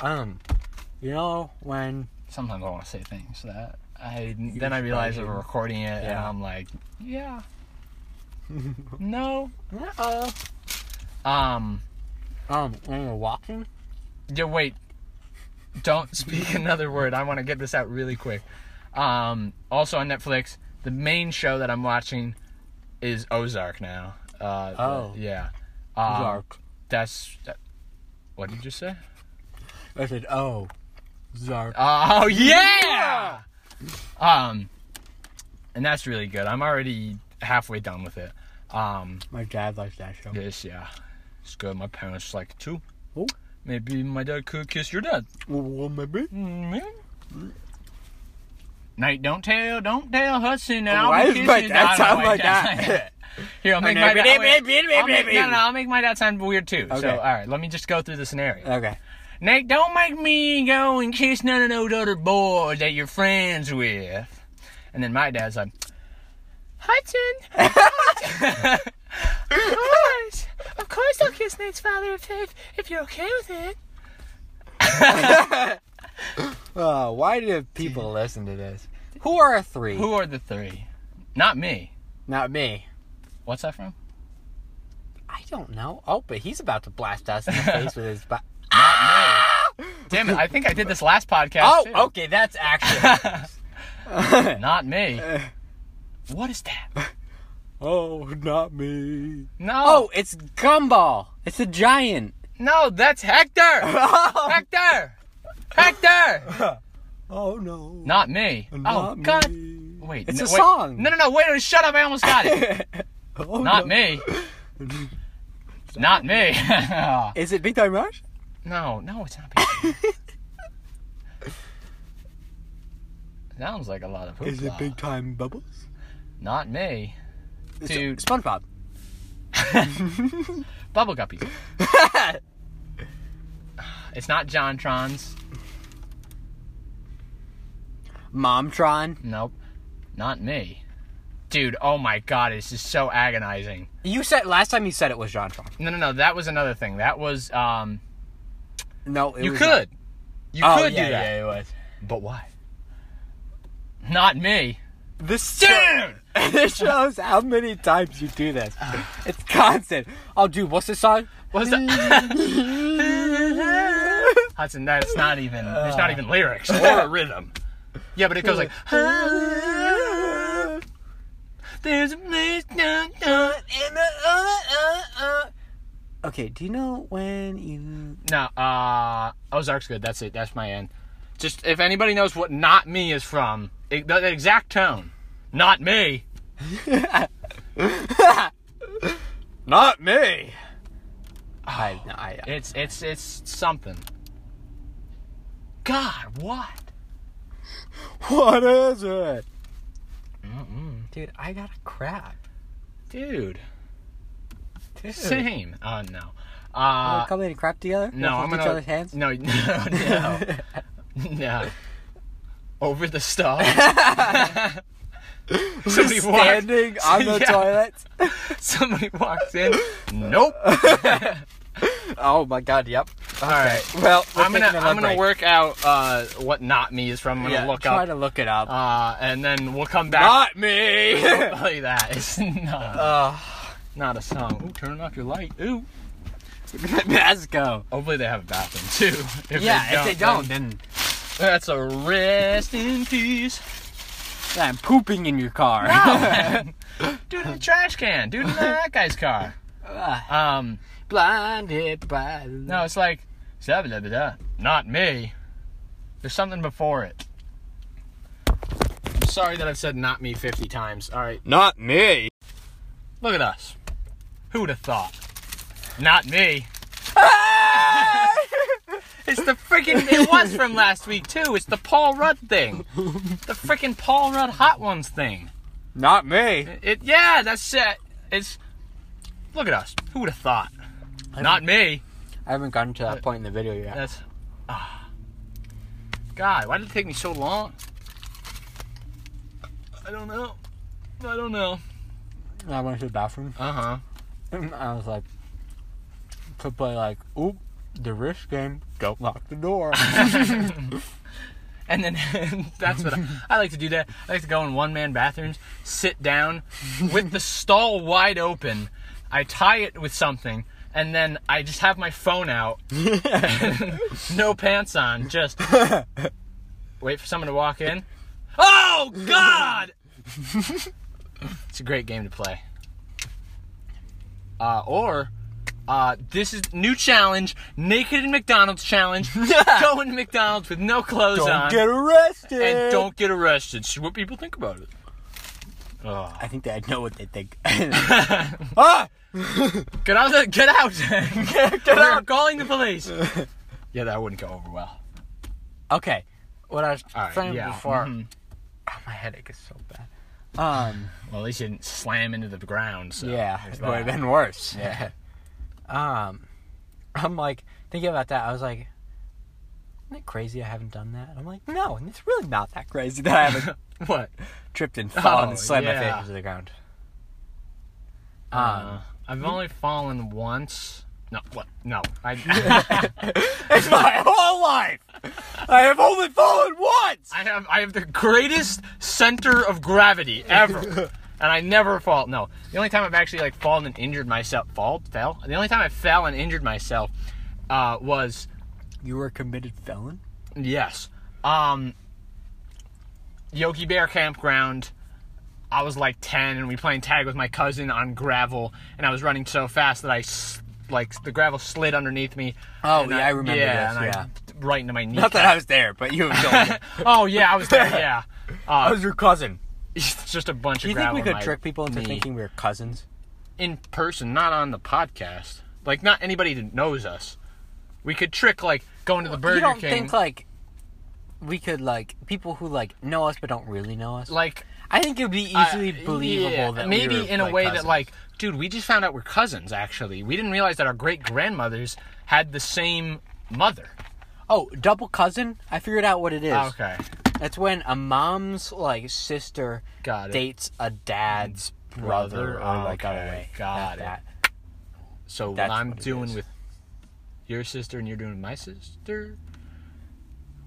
Um, you know when
Sometimes I want to say things that I
just
then I realize that
probably
we're recording it, and
Yeah.
I'm like,
<laughs>
yeah, no.
uh,
Um,
um when we're walking,
yeah, wait. Don't speak another word. I want to get this out really quick. Um, also on Netflix, the main show that I'm watching is Ozark now. Uh, the-
Oh.
yeah. Um,
Zark.
That's. That, what did you say? <laughs>
I said, "Oh, Zark."
Oh yeah. Um, and that's really good. I'm already halfway done with it. Um,
My dad likes that show.
this yeah, it's good. My parents like it too.
Oh.
Maybe my dad could kiss your dad.
Well, well, maybe.
mm Nate, don't tell, don't tell Hudson. I'll
Why
be
does my
kissing-
dad
I don't know
sound
why
like uh,
it does. <laughs>
<laughs> that?
Here, I'll make my
Okay.
dad. I'll make, no, no, I'll make my dad sound weird too. So,
Okay.
all right, let me just go through the scenario.
Okay.
Nate, don't make me go and kiss none of those other boys that you're friends with. And then my dad's like, Hudson, of course, of course I'll kiss Nate's father if, if, if you're okay with it.
Uh, why do <laughs> people listen to this? Who are three?
Who are the three? Not me.
Not me.
What's that from?
I don't know. Oh, but he's about to blast us <laughs> in the face with his. Ba-
Damn it! I think I did this last podcast.
oh,
too.
okay, that's <laughs> action.
Not me.
Uh.
What is that?
oh, not me.
No.
Oh, it's Gumball. It's a giant.
No, that's Hector.
<laughs> oh
Hector. Hector.
no.
Not me. oh
<laughs>
God. Wait.
It's
no,
a
wait.
song.
No, no, no. Wait. no, Shut up! I almost got
<laughs>
it.
Oh,
Not me. Not
<laughs>
me. <laughs>
Is it Big Time Rush?
no, no, it's not. Big Sounds like a lot of hoopla.
Time Bubbles?
Not me. Dude.
<laughs> SpongeBob.
Bubble guppies. It's not Jontron's.
Momtron.
Nope. Not me. Dude, oh my god, it's just so agonizing.
You said last time you said it was Jontron.
No, no, no. That was another thing. That was um.
No, it
You
was
could. You
Oh,
could
yeah,
do that.
yeah, it was.
But why? Not me.
This
Dude!
<laughs> It shows how many times you do <sighs> this. It's constant. Oh, dude, what's this song?
What's <laughs> that? Hudson, that's not even. There's not even lyrics or a rhythm. Yeah, but it goes like. <laughs> There's a place down, down. uh,
Okay, do you know when you?
No, uh, Ozark's good. That's it. That's my end. Just if anybody knows what "not me" is from, it, the, the exact tone, "not me."
Not me.
<sighs>
I, I,
It's it's it's something. God, what?
<laughs> what is it? Dude, I got a crap.
Dude,
Dude.
same. Oh no.
Wanna
Uh,
come in and crap together?
no,
Hold
I'm
each
gonna.
other's hands.
No, no, <laughs>
<laughs>
no, no. Over the
<laughs>
stall. <laughs> Somebody walks-
Standing
<laughs>
on the
Yeah.
toilet.
Somebody walks in. Nope.
Oh my god. Yep.
All right.
Well, we're
I'm gonna
taking another
I'm gonna
break.
work out uh, what not me is from. I'm gonna
Yeah,
look
try
up,
to look it up.
uh, and then we'll come back.
Not me.
<laughs> I'll tell you that it's not
uh,
not a song. Ooh, turn off your light. Ooh.
<laughs> let's go.
Hopefully they have a bathroom too. If
yeah, if they don't,
then-
then
that's a rest in peace.
yeah, I'm pooping in your car.
Dude in the trash can. Dude in that guy's car.
Ah,
Um,
<laughs> Blinded by the
no, it's like blah, blah, blah, blah. not me. There's something before it. I'm sorry that I've said not me 50 times. All right.
Not me.
Look at us. Who'd have thought? Not me. <laughs> It's the freaking. It was from last week too. It's the Paul Rudd thing. The freaking Paul Rudd Hot Ones thing.
Not me.
It. Yeah, that's it. It's. Look at us. Who would have thought? Not me.
I haven't gotten to that point in the video yet.
Uh, That's. ah. God, why did it take me so long? I don't know. I don't know.
I went to the bathroom. <laughs>
Uh huh.
I was like, could play like, oop, the wrist game. Don't lock
<laughs>
the door.
And then <laughs> that's what I, I like to do. That I like to go in one man bathrooms, sit down with the stall wide open. I tie it with something, and then I just have my phone out, no pants on,
<laughs>
just wait for someone to walk in. Oh
<laughs>
God! it's a great game to play. Uh, or uh, this is new challenge: naked in McDonald's challenge.
<laughs>
go into McDonald's with no clothes
don't
on
get arrested.
and don't get arrested. See what people think about it. Oh.
I think they I know what
<laughs>
they think. <laughs> ah! <laughs>
Get out! of the- Get out! get We're
out.
calling the
<laughs>
police. yeah, that wouldn't go over well.
Okay. What I was
All right.
saying
yeah.
before.
mhm.
Oh, my headache is so bad. <laughs> Um.
Well, at least you didn't slam into the ground. So
yeah,
there's
it would have <laughs>
that.
been worse.
Yeah.
Um, I'm like thinking about that. I was like, isn't it crazy I haven't done that? I'm like, no, and it's really not that crazy that I <laughs> haven't
What?
tripped and fallen
Oh,
and slammed my
yeah.
face into the ground. Um,
Uh, I've only fallen once. No. What? No.
<laughs>
I.
<laughs> it's my whole life. I have only fallen once. <laughs>
I have. I have the greatest center of gravity ever. and I never fall. No, the only time I've actually like fallen and injured myself, fall, fell. The only time I fell and injured myself uh, was
You were a committed felon?
Yes. Um Yogi Bear campground. I was like 10 and we playing tag with my cousin on gravel and I was running so fast that I s- like the gravel slid underneath me.
Oh,
and
yeah, I remember this,
and I-
yeah.
right into my knee.
Not that I was there, but you <laughs> I
<laughs> oh yeah, I was
<laughs>
there. Yeah. Uh,
was your cousin.
it's just a bunch
Do you
of
think
gravel.
we
in
could
my
trick people into
knee.
thinking we are cousins?
in person, not on the podcast. Like not anybody that knows us. We could trick like going to the Burger
you don't
King.
think like we could like people who like know us but don't really know us?
like
I think it would be
I-
easily
Uh, yeah,
believable that we
maybe
were,
in a
like,
way
cousins.
that like dude we just found out we're cousins actually we didn't realize that our great grandmothers had the same mother
oh double cousin. I figured out what it is.
okay
That's when a mom's like sister
Got it.
dates a dad's brother,
Brother,
or like
okay,
other way.
got it.
Not That.
so what
That's
i'm
what it
doing
is.
with your sister and you're doing with my sister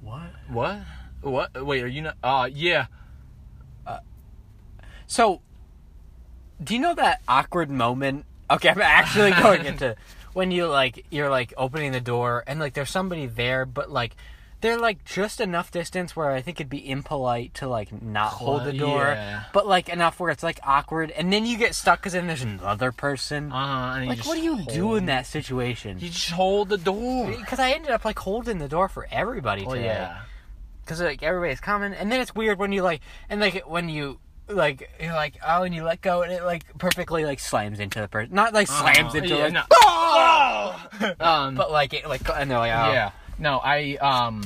What?
what what wait are you not uh yeah
So, do you know that awkward moment? Okay, I'm actually
<laughs>
going into when you like you're like opening the door and like there's somebody there, but like they're like just enough distance where I think it'd be impolite to like not hold the door,
yeah.
but like enough where it's like awkward, and then you get stuck because then there's another person.
uh and you
like,
just
what do Uh-huh, you
hold-
do in that situation?
you just hold the door
Because I ended up like holding the door for everybody.
well
today
Oh, yeah
because like everybody's coming, and then it's weird when you like and like when you like you're like oh and you let go and it like perfectly like slams into the person, not like slams
Uh,
into
yeah,
like, <laughs>
no. um
but like it like and they're like oh
Yeah. No, I um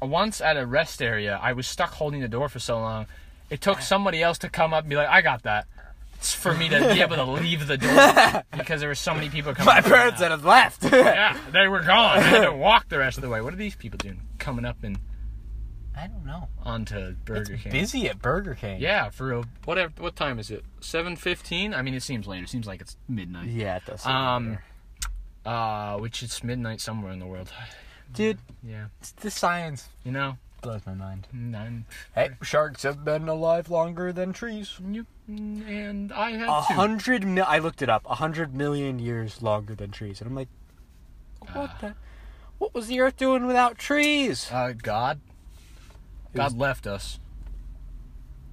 once at a rest area, I was stuck holding the door for so long. It took somebody else to come up and be like, "I got that." It's for me to be able
<laughs>
to leave the door because there were so many people coming.
my
up and
parents that
out.
have left. <laughs>
Yeah, they were gone. I had to walk the rest of the way. What are these people doing? Coming up and
I don't know.
onto Burger King.
Busy at Burger King.
Yeah, for real. Whatever. What time is it? Seven fifteen. I mean, it seems later. It seems like it's midnight.
yeah, it does.
Um, uh, which it's midnight somewhere in the world. <sighs>
dude,
Yeah,
it's the science
you know,
blows my mind.
nine.
Hey, sharks have been alive longer than trees.
You and I had
A
to.
hundred. Mil- I looked it up. A hundred million years longer than trees, and I'm like, what
Ah.
the? What was the Earth doing without trees?
Uh, God. God
was-
left us.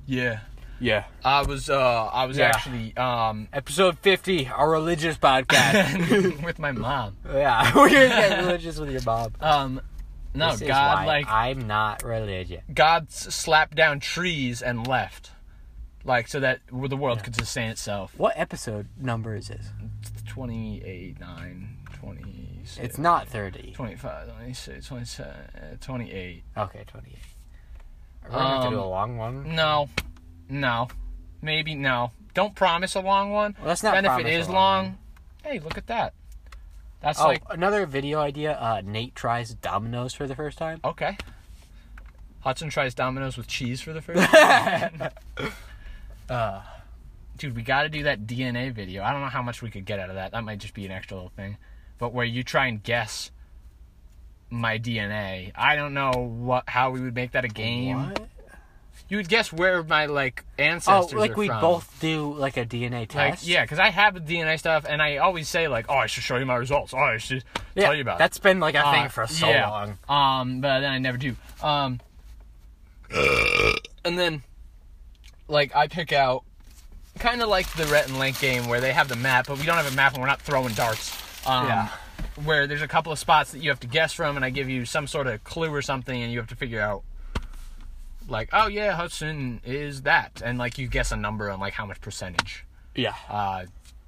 Yeah.
Yeah.
I was. Uh, I was
Yeah.
actually um
Episode 50, our religious podcast.
<laughs> with my mom.
yeah, <laughs> we're going to get religious with your mom.
Um, no,
This is why
God like
I'm not religious.
God s- slapped down trees and left, like so that w- the world could sustain itself.
What episode number is this?
Twenty eight, nine, twenty.
It's not 30.
25, 26, 27, uh, 28.
Okay, 28. We're going to have to do a
Um,
long one.
No, no, maybe no. Don't promise a long one.
Well, let's not
And if it
promise a
is
long
long, hey, look at that. That's
Oh,
like
another video idea. Uh, Nate tries Domino's for the first time.
okay. Hudson tries Domino's with cheese for the
<laughs>
first time. Uh, Dude, we got to do that DNA video. I don't know how much we could get out of that. That might just be an extra little thing. But where you try and guess my DNA, I don't know what how we would make that a game.
What?
You would guess where my like
Oh,
ancestors are
like we
from.
both do like a DNA
Like,
test.
yeah, because I have the DNA stuff, and I always say like, "Oh, I should show you my results. Oh, I should
Yeah,
tell you about
That's been like a
it."
thing
Uh,
for so
yeah.
long.
Um, but then I never do. Um, and then, like, I pick out kind of like the Rhett and Link game where they have the map, but we don't have a map, and we're not throwing darts. Um,
Yeah.
Where there's a couple of spots that you have to guess from, and I give you some sort of clue or something, and you have to figure out. Like, oh yeah, Hudson is that, and like you guess a number on like how much percentage.
Yeah.
Uh,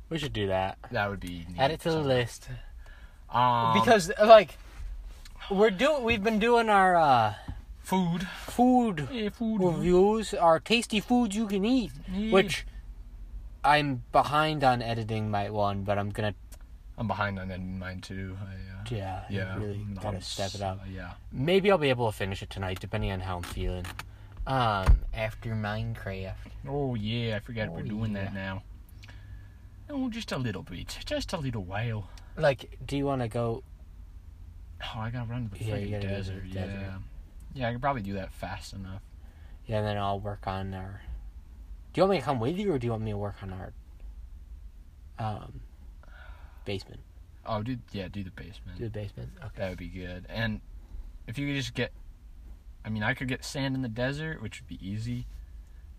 We should do that.
that would be neat.
Add it to the list.
Um,
because like we're doing we've been doing our uh,
food.
food
food.
reviews our tasty foods you can eat which i'm behind on editing my one but i'm gonna
I'm behind on editing mine too. I, uh,
yeah, I
yeah,
really
I'm
gotta
not-
step it up
uh, yeah.
maybe i'll be able to finish it tonight depending on how i'm feeling um after minecraft
Oh yeah, I forgot we're
Oh,
doing that
yeah.
now. Oh, just a little bit, just a little while.
like do you want to go
Oh, I gotta run to the
Yeah, you
freaking
gotta go to the
desert. Yeah,
desert.
yeah, I can probably do that fast enough.
yeah then i'll work on our Do you want me to come with you, or do you want me to work on our um, basement?
Oh, dude, yeah, do the
Do the
basement.
basement?
That
Okay.
would be good. And if you could just get, I mean, I could get sand in the desert, which would be easy.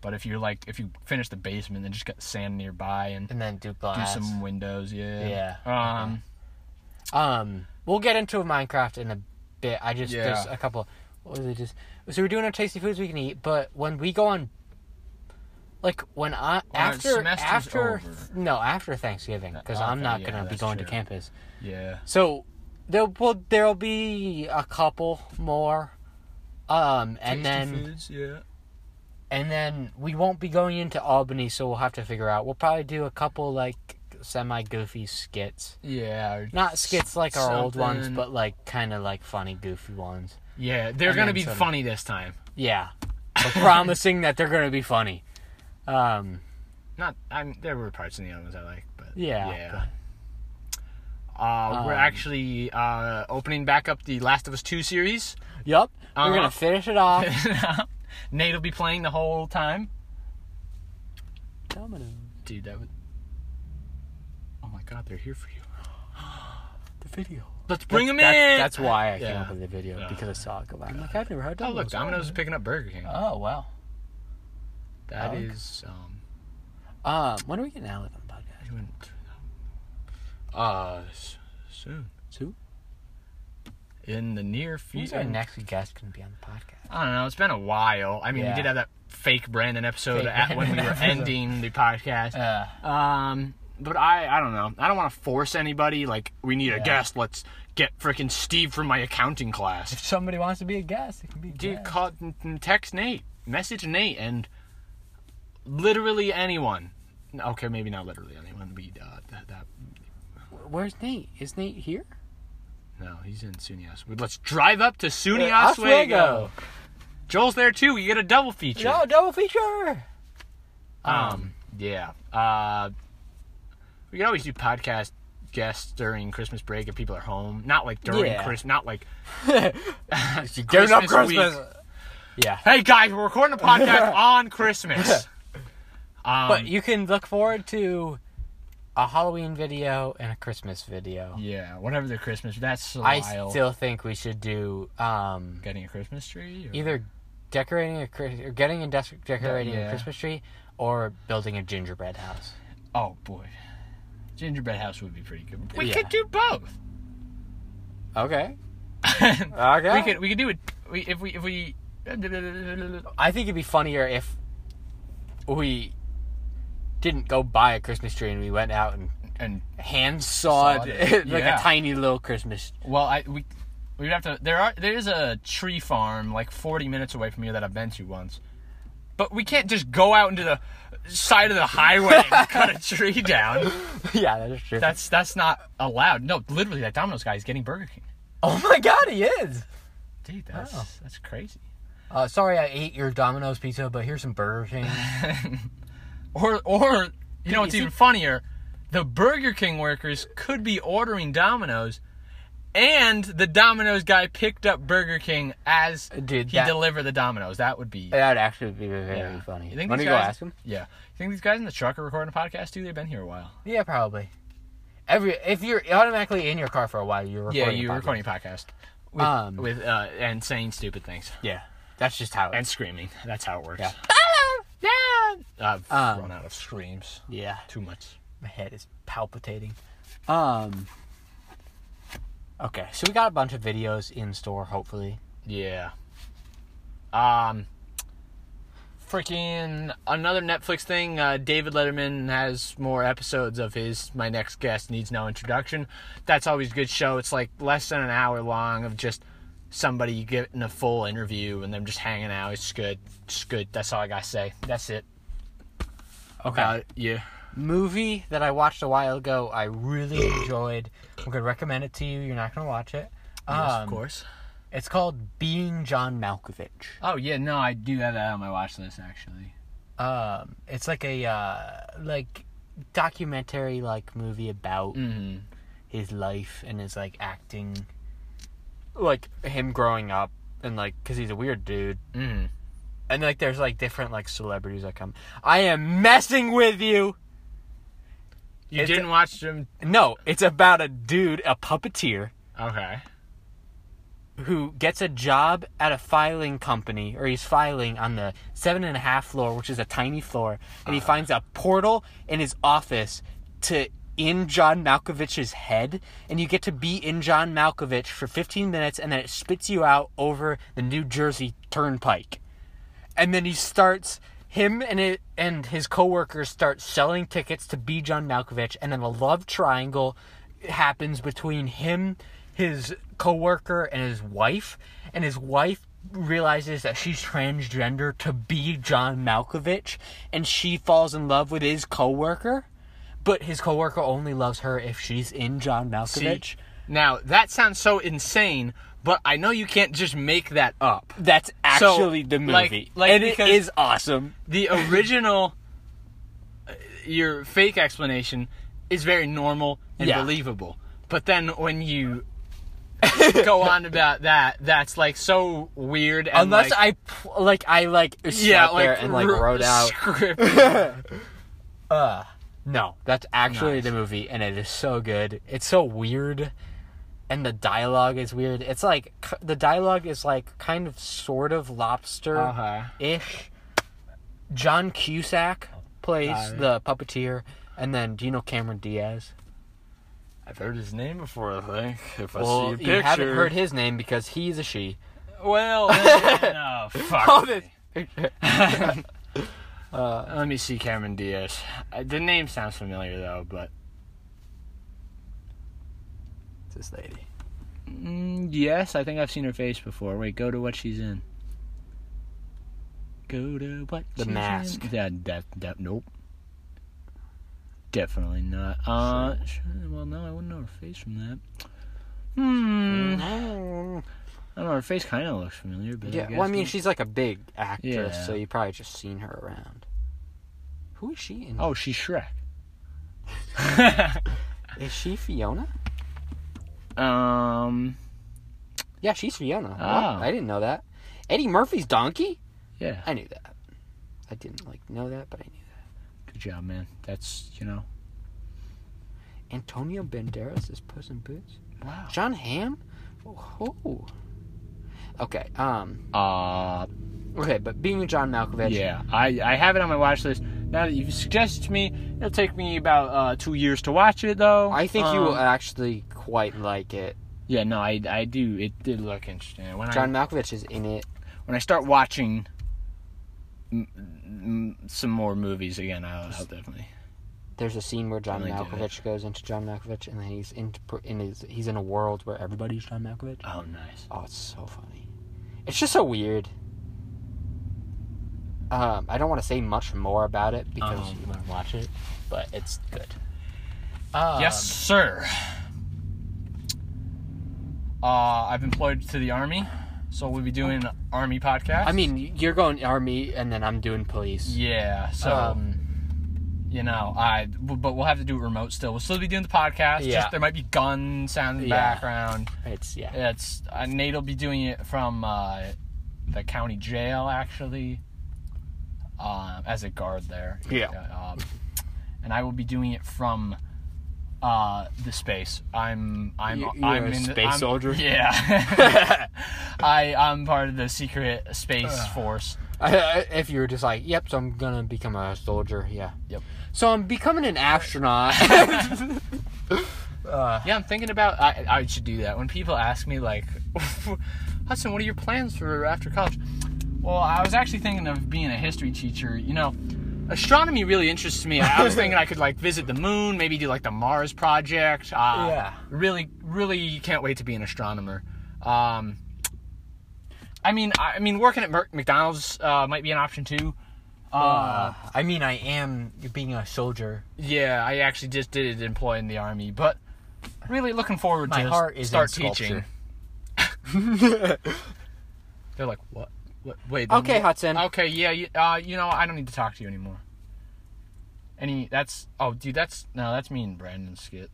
But if you're like, if you finish the basement, then just get sand nearby and
And then do
do
glass.
some windows. Yeah.
Yeah,
Um.
Um, we'll get into Minecraft in a bit. I just
Yeah.
there's a couple. What was it just? So we're doing our tasty foods we can eat, but when we go on, like when I
our
after
semester's
after
over. Uh,
no after Thanksgiving because I'm
okay,
not
yeah,
gonna be
that's
going to
true.
campus.
Yeah.
So there will there'll be a couple more, um,
Tasty
and then
foods, yeah.
and then we won't be going into Albany, so we'll have to figure out. We'll probably do a couple like semi goofy skits.
Yeah. or-
Not skits like our old ones,
Something.
but like kind of like funny, goofy ones.
Yeah, they're
And
gonna
then
be
some-
funny this time.
Yeah, but promising that they're gonna be funny. Um,
Not, I mean, there were parts in the other ones I like, but
Yeah,
Uh, we're
Um,
actually uh, opening back up the Last of Us Two series. <laughs>
yep, we're
Uh-huh.
gonna finish it off.
<laughs> Nate will be playing the whole time.
Domino,
Dude, that would. Oh my God, they're here for you.
the video.
Let's bring them
That's-
in.
That's why I came
Yeah.
up with the video
Yeah.
because I saw it go by. I'm like, I've never heard
Oh
Domino's.
look, Domino's is picking up Burger King.
Oh wow.
that
okay.
is. Um,
Um, when are we getting Alec on the podcast?
I went- uh, s- soon.
Soon?
In the near
Who's our
future.
next guest gonna be on the podcast?
I don't know. It's been a while. I mean,
Yeah.
we did have that fake Brandon episode
Fake
at, when we
Brandon
were
episode.
ending the podcast.
Uh,
Um, but I, I don't know. I don't want to force anybody. Like, we need a
Yeah.
guest. Let's get freaking Steve from my accounting
if
class.
somebody wants to be a guest, it can be. a
Dude,
guest.
call, n- n- text Nate, message Nate, and literally anyone. Okay, maybe not literally anyone. We uh, that, that
Where's Nate? Is Nate here?
no, he's in Sunias. Let's drive up to Sunias
Yeah,
Oswego. Joel's there too. You get a double feature.
No,
<laughs>
double feature.
Um, yeah. Uh, we could always do podcast guests during Christmas break if people are home. Not like during
Yeah.
Christmas. Not like. Christmas
Giving up
week.
Yeah.
Hey guys, we're recording a
<laughs>
podcast on Christmas. Um,
But you can look forward to a Halloween video and a Christmas video.
yeah, whatever the Christmas. That's a
I
while.
still think we should do um,
getting a Christmas tree. Or...
either decorating a Chris- or getting and dec- decorating
Yeah.
a Christmas tree or building a gingerbread house.
Oh boy, gingerbread house would be pretty good. We
Yeah.
could do both. <laughs>
Okay. Okay.
We could we could do it we, if we if we.
I think it'd be funnier if we didn't go buy a Christmas tree and we went out and
And
hand sawed
Sawed it.
<laughs> like
Yeah.
a tiny little Christmas. <laughs>
Well, I we we would have to. There are there is a tree farm like 40 minutes away from here that I've been to once, but we can't just go out into the side of the highway and
<laughs>
cut a tree down.
yeah, that is true.
That's that's not allowed. No, literally, that Domino's guy is getting Burger King.
oh my god, he is.
Dude, that's
Wow.
that's crazy.
Uh, sorry, I ate your Domino's pizza, but here's some Burger <laughs> King.
Or or you know what's
Is it-
even funnier, the Burger King workers could be ordering Domino's. And the Domino's guy picked up Burger King as
Dude,
he
that-
delivered the Domino's. That would be
That'd actually be very
Yeah.
funny.
You think
Why don't
these
you go
guys-
ask him?
Yeah. You think these guys in the truck are recording a podcast too? They've been here a while.
Yeah, probably. Every if you're automatically in your car for a while, you're recording.
yeah,
a
you're
podcast.
recording a podcast. With,
Um,
with uh, and saying stupid things
Yeah, that's just how.
and
It's,
screaming. That's how it works.
Yeah.
I've
Um,
run out of screams.
yeah,
Too much.
my head is palpitating. Um. Okay, so we got a bunch of videos in store. Hopefully,
Yeah. Um. Freaking another Netflix thing. Uh, David Letterman has more episodes of his "My Next Guest Needs No Introduction." That's always a good show. It's like less than an hour long of just somebody getting a full interview and them just hanging out. It's good. It's good. That's all I gotta say. That's it.
okay.
About it. Yeah.
Uh, movie that I watched a while ago, I <coughs> really enjoyed. I'm gonna recommend it to you. You're not gonna watch it.
Yes,
Um,
of course.
It's called Being John Malkovich.
Oh yeah. No, I do have that on my watch list actually.
Um, it's like a uh, like documentary like movie about
Mm-hmm.
his life and his like acting, like him growing up and like because he's a weird dude.
Mm-hmm.
And like there's like different like celebrities that come. I am messing with you.
You
It's-
didn't watch Jim.
No, it's about a dude, a puppeteer,
Okay.
who gets a job at a filing company, or he's filing on the seven and a half floor, which is a tiny floor, and he finds a portal in his office to in John Malkovich's head, and you get to be in John Malkovich for 15 minutes, and then it spits you out over the New Jersey Turnpike. And then he starts him and it, and his coworkers start selling tickets to be John Malkovich, and then a love triangle happens between him, his coworker, and his wife. And his wife realizes that she's transgender to be John Malkovich, and she falls in love with his coworker. But his coworker only loves her if she's in John Malkovich.
Now that sounds so insane, but I know you can't just make that up.
That's actually the
like-
movie,
like,
and
because-
it is awesome. <laughs>
The original, uh, your fake explanation, is very normal and
Yeah.
believable. But then when
<laughs>
you go on about that, that's like so weird. And
Unless
like,
I pl- like I like sat there and like
wr-
wrote
<laughs>
out.
script.
<laughs> No, that's actually
Nice.
the movie, and it is so good. It's so weird, and the dialogue is weird. It's like k- the dialogue is like kind of sort of
Uh-huh.
lobster ish. John Cusack plays
Got it.
the puppeteer, and then do you know Cameron Diaz?
I've heard his name before. I think if I
well,
see a
you
picture.
haven't heard his name because he's a she. <laughs>
Well, no, fuck.
Oh, this
Let me see Cameron Diaz. Uh, The name sounds familiar though, but
this lady.
mm, yes, I think I've seen her face before. Wait, go to what she's in. Go to what?
The
she's in.
Mask.
That, that that nope. Definitely not. Uh, sh- well, no, I wouldn't know her face from that. Hmm.
Mm.
I don't know. Her face kind of looks familiar, but
Yeah,
I
well, I
guess
mean,
not.
she's like a big actress,
Yeah.
so you probably just seen her around. Who is she in?
oh, she's Shrek.
<laughs>
<laughs>
Is she Fiona?
um,
Yeah, she's Fiona.
Oh.
I didn't know that. Eddie Murphy's donkey?
yeah.
I knew that. I didn't like know that, but I knew
Good job, man. That's you know.
that. Antonio Banderas is Puss in Boots.
Wow.
John Hamm? Oh. Okay. Um.
Uh,
Okay, but being a John Malkovich.
yeah, I, I have it on my watch list. Now that you've suggested to me, it'll take me about uh, two years to watch it, though.
I think you
Um,
will uh, actually quite like it.
Yeah, no, I, I do. It did look interesting. When
John Malkovich is in it.
I when I start watching m- m- some more movies again, I'll, I'll definitely.
There's a scene where John
Really good.
Malkovich goes into John Malkovich, and then he's in, in his, he's in a world where everybody's John Malkovich.
Oh, nice.
Oh, it's so funny. It's just so weird. Um, I don't want to say much more about it because
Um,
you want to watch it, but it's good. Um,
yes, sir. Uh, I've employed to the army, so we'll be doing an army podcast.
Um, I mean, you're going army, and then I'm doing police.
Yeah. So,
Um,
you know, I w- but we'll have to do it remote still. We'll still be doing the podcast.
Yeah.
Just there might be gun sound in the
Yeah.
background.
It's yeah.
It's uh, Nate'll be doing it from uh, the county jail actually, um, as a guard there.
Yeah.
Uh, um, and I will be doing it from uh, the space. I'm I'm
You- you're
I'm
a
in the,
space
I'm-
soldier? <laughs>
Yeah. <laughs> I I'm part of the secret space force.
I, I, if you were just like, "Yep, so I'm gonna become a soldier," yeah.
Yep.
So I'm becoming an astronaut.
Yeah, I'm thinking about I, I should do that. When people ask me like, <laughs> Hudson, what are your plans for after college? Well, I was actually thinking of being a history teacher. You know, astronomy really interests me. I was thinking I could like visit the moon, maybe do like the Mars project. Uh,
Yeah.
Really, really can't wait to be an astronomer. Um, I mean, I, I mean, working at Mer- McDonald's uh, might be an option too.
Uh, I mean, I am being a soldier.
Yeah, I actually just did employ in the army, but really looking forward
My
to
heart is
start
in
teaching.
<laughs>
They're like, what? What? Wait. then
Okay,
what-
Hudson.
Okay, yeah. You, uh, you know, I don't need to talk to you anymore. Any? That's. Oh, dude, that's no, that's me and Brandon skit.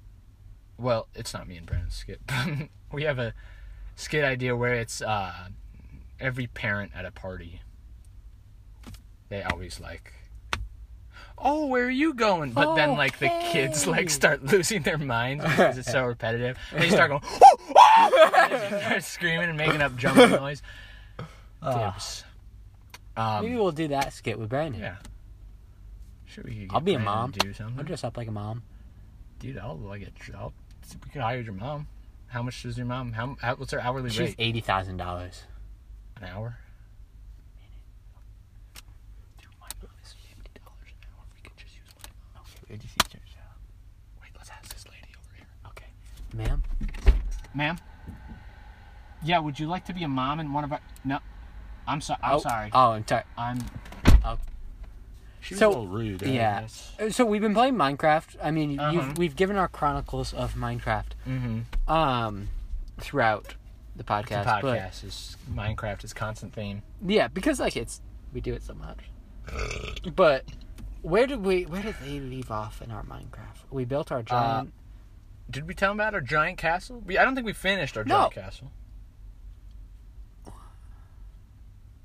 Well, it's not me and Brandon skit. <laughs> we have a skit idea where it's uh, every parent at a party. they always like oh where are you going but then like the kids
Okay.
like start <laughs> losing their minds because it's so repetitive they start going oh, oh! And <laughs> they just start screaming and making up jumping noise
Ah.
Tips.
Uh, Maybe
um,
we'll do that skit with Brandon.
yeah Should we
I'll
get
be a
Brandon
mom.
to do
I'll
something
dress up like a mom.
dude i'll like get I'll, we could hire your mom how much does your mom how, how what's her hourly
She's
rate
eighty thousand dollars.
an hour
My mom is fifty dollars an hour. We could just use my mom. Okay, we just use yours.
wait let's ask this lady over here
Okay, ma'am.
ma'am yeah would you like to be a mom in one of our no i'm sorry i'm
oh,
sorry
Oh, I'm sorry.
i'm
She was
So-
a little rude. I
yeah.
guess.
Uh, So we've been playing Minecraft. I mean,
Uh-huh.
you've, we've given our chronicles of Minecraft
mm-hmm.
um throughout the
the
podcast, but
podcast is minecraft is constant theme
yeah, because like it's we do it so much. but where did we? Where did they leave off in our Minecraft? We built
Uh,
our giant.
did we tell him about our giant castle we, i don't think we finished our giant
No.
castle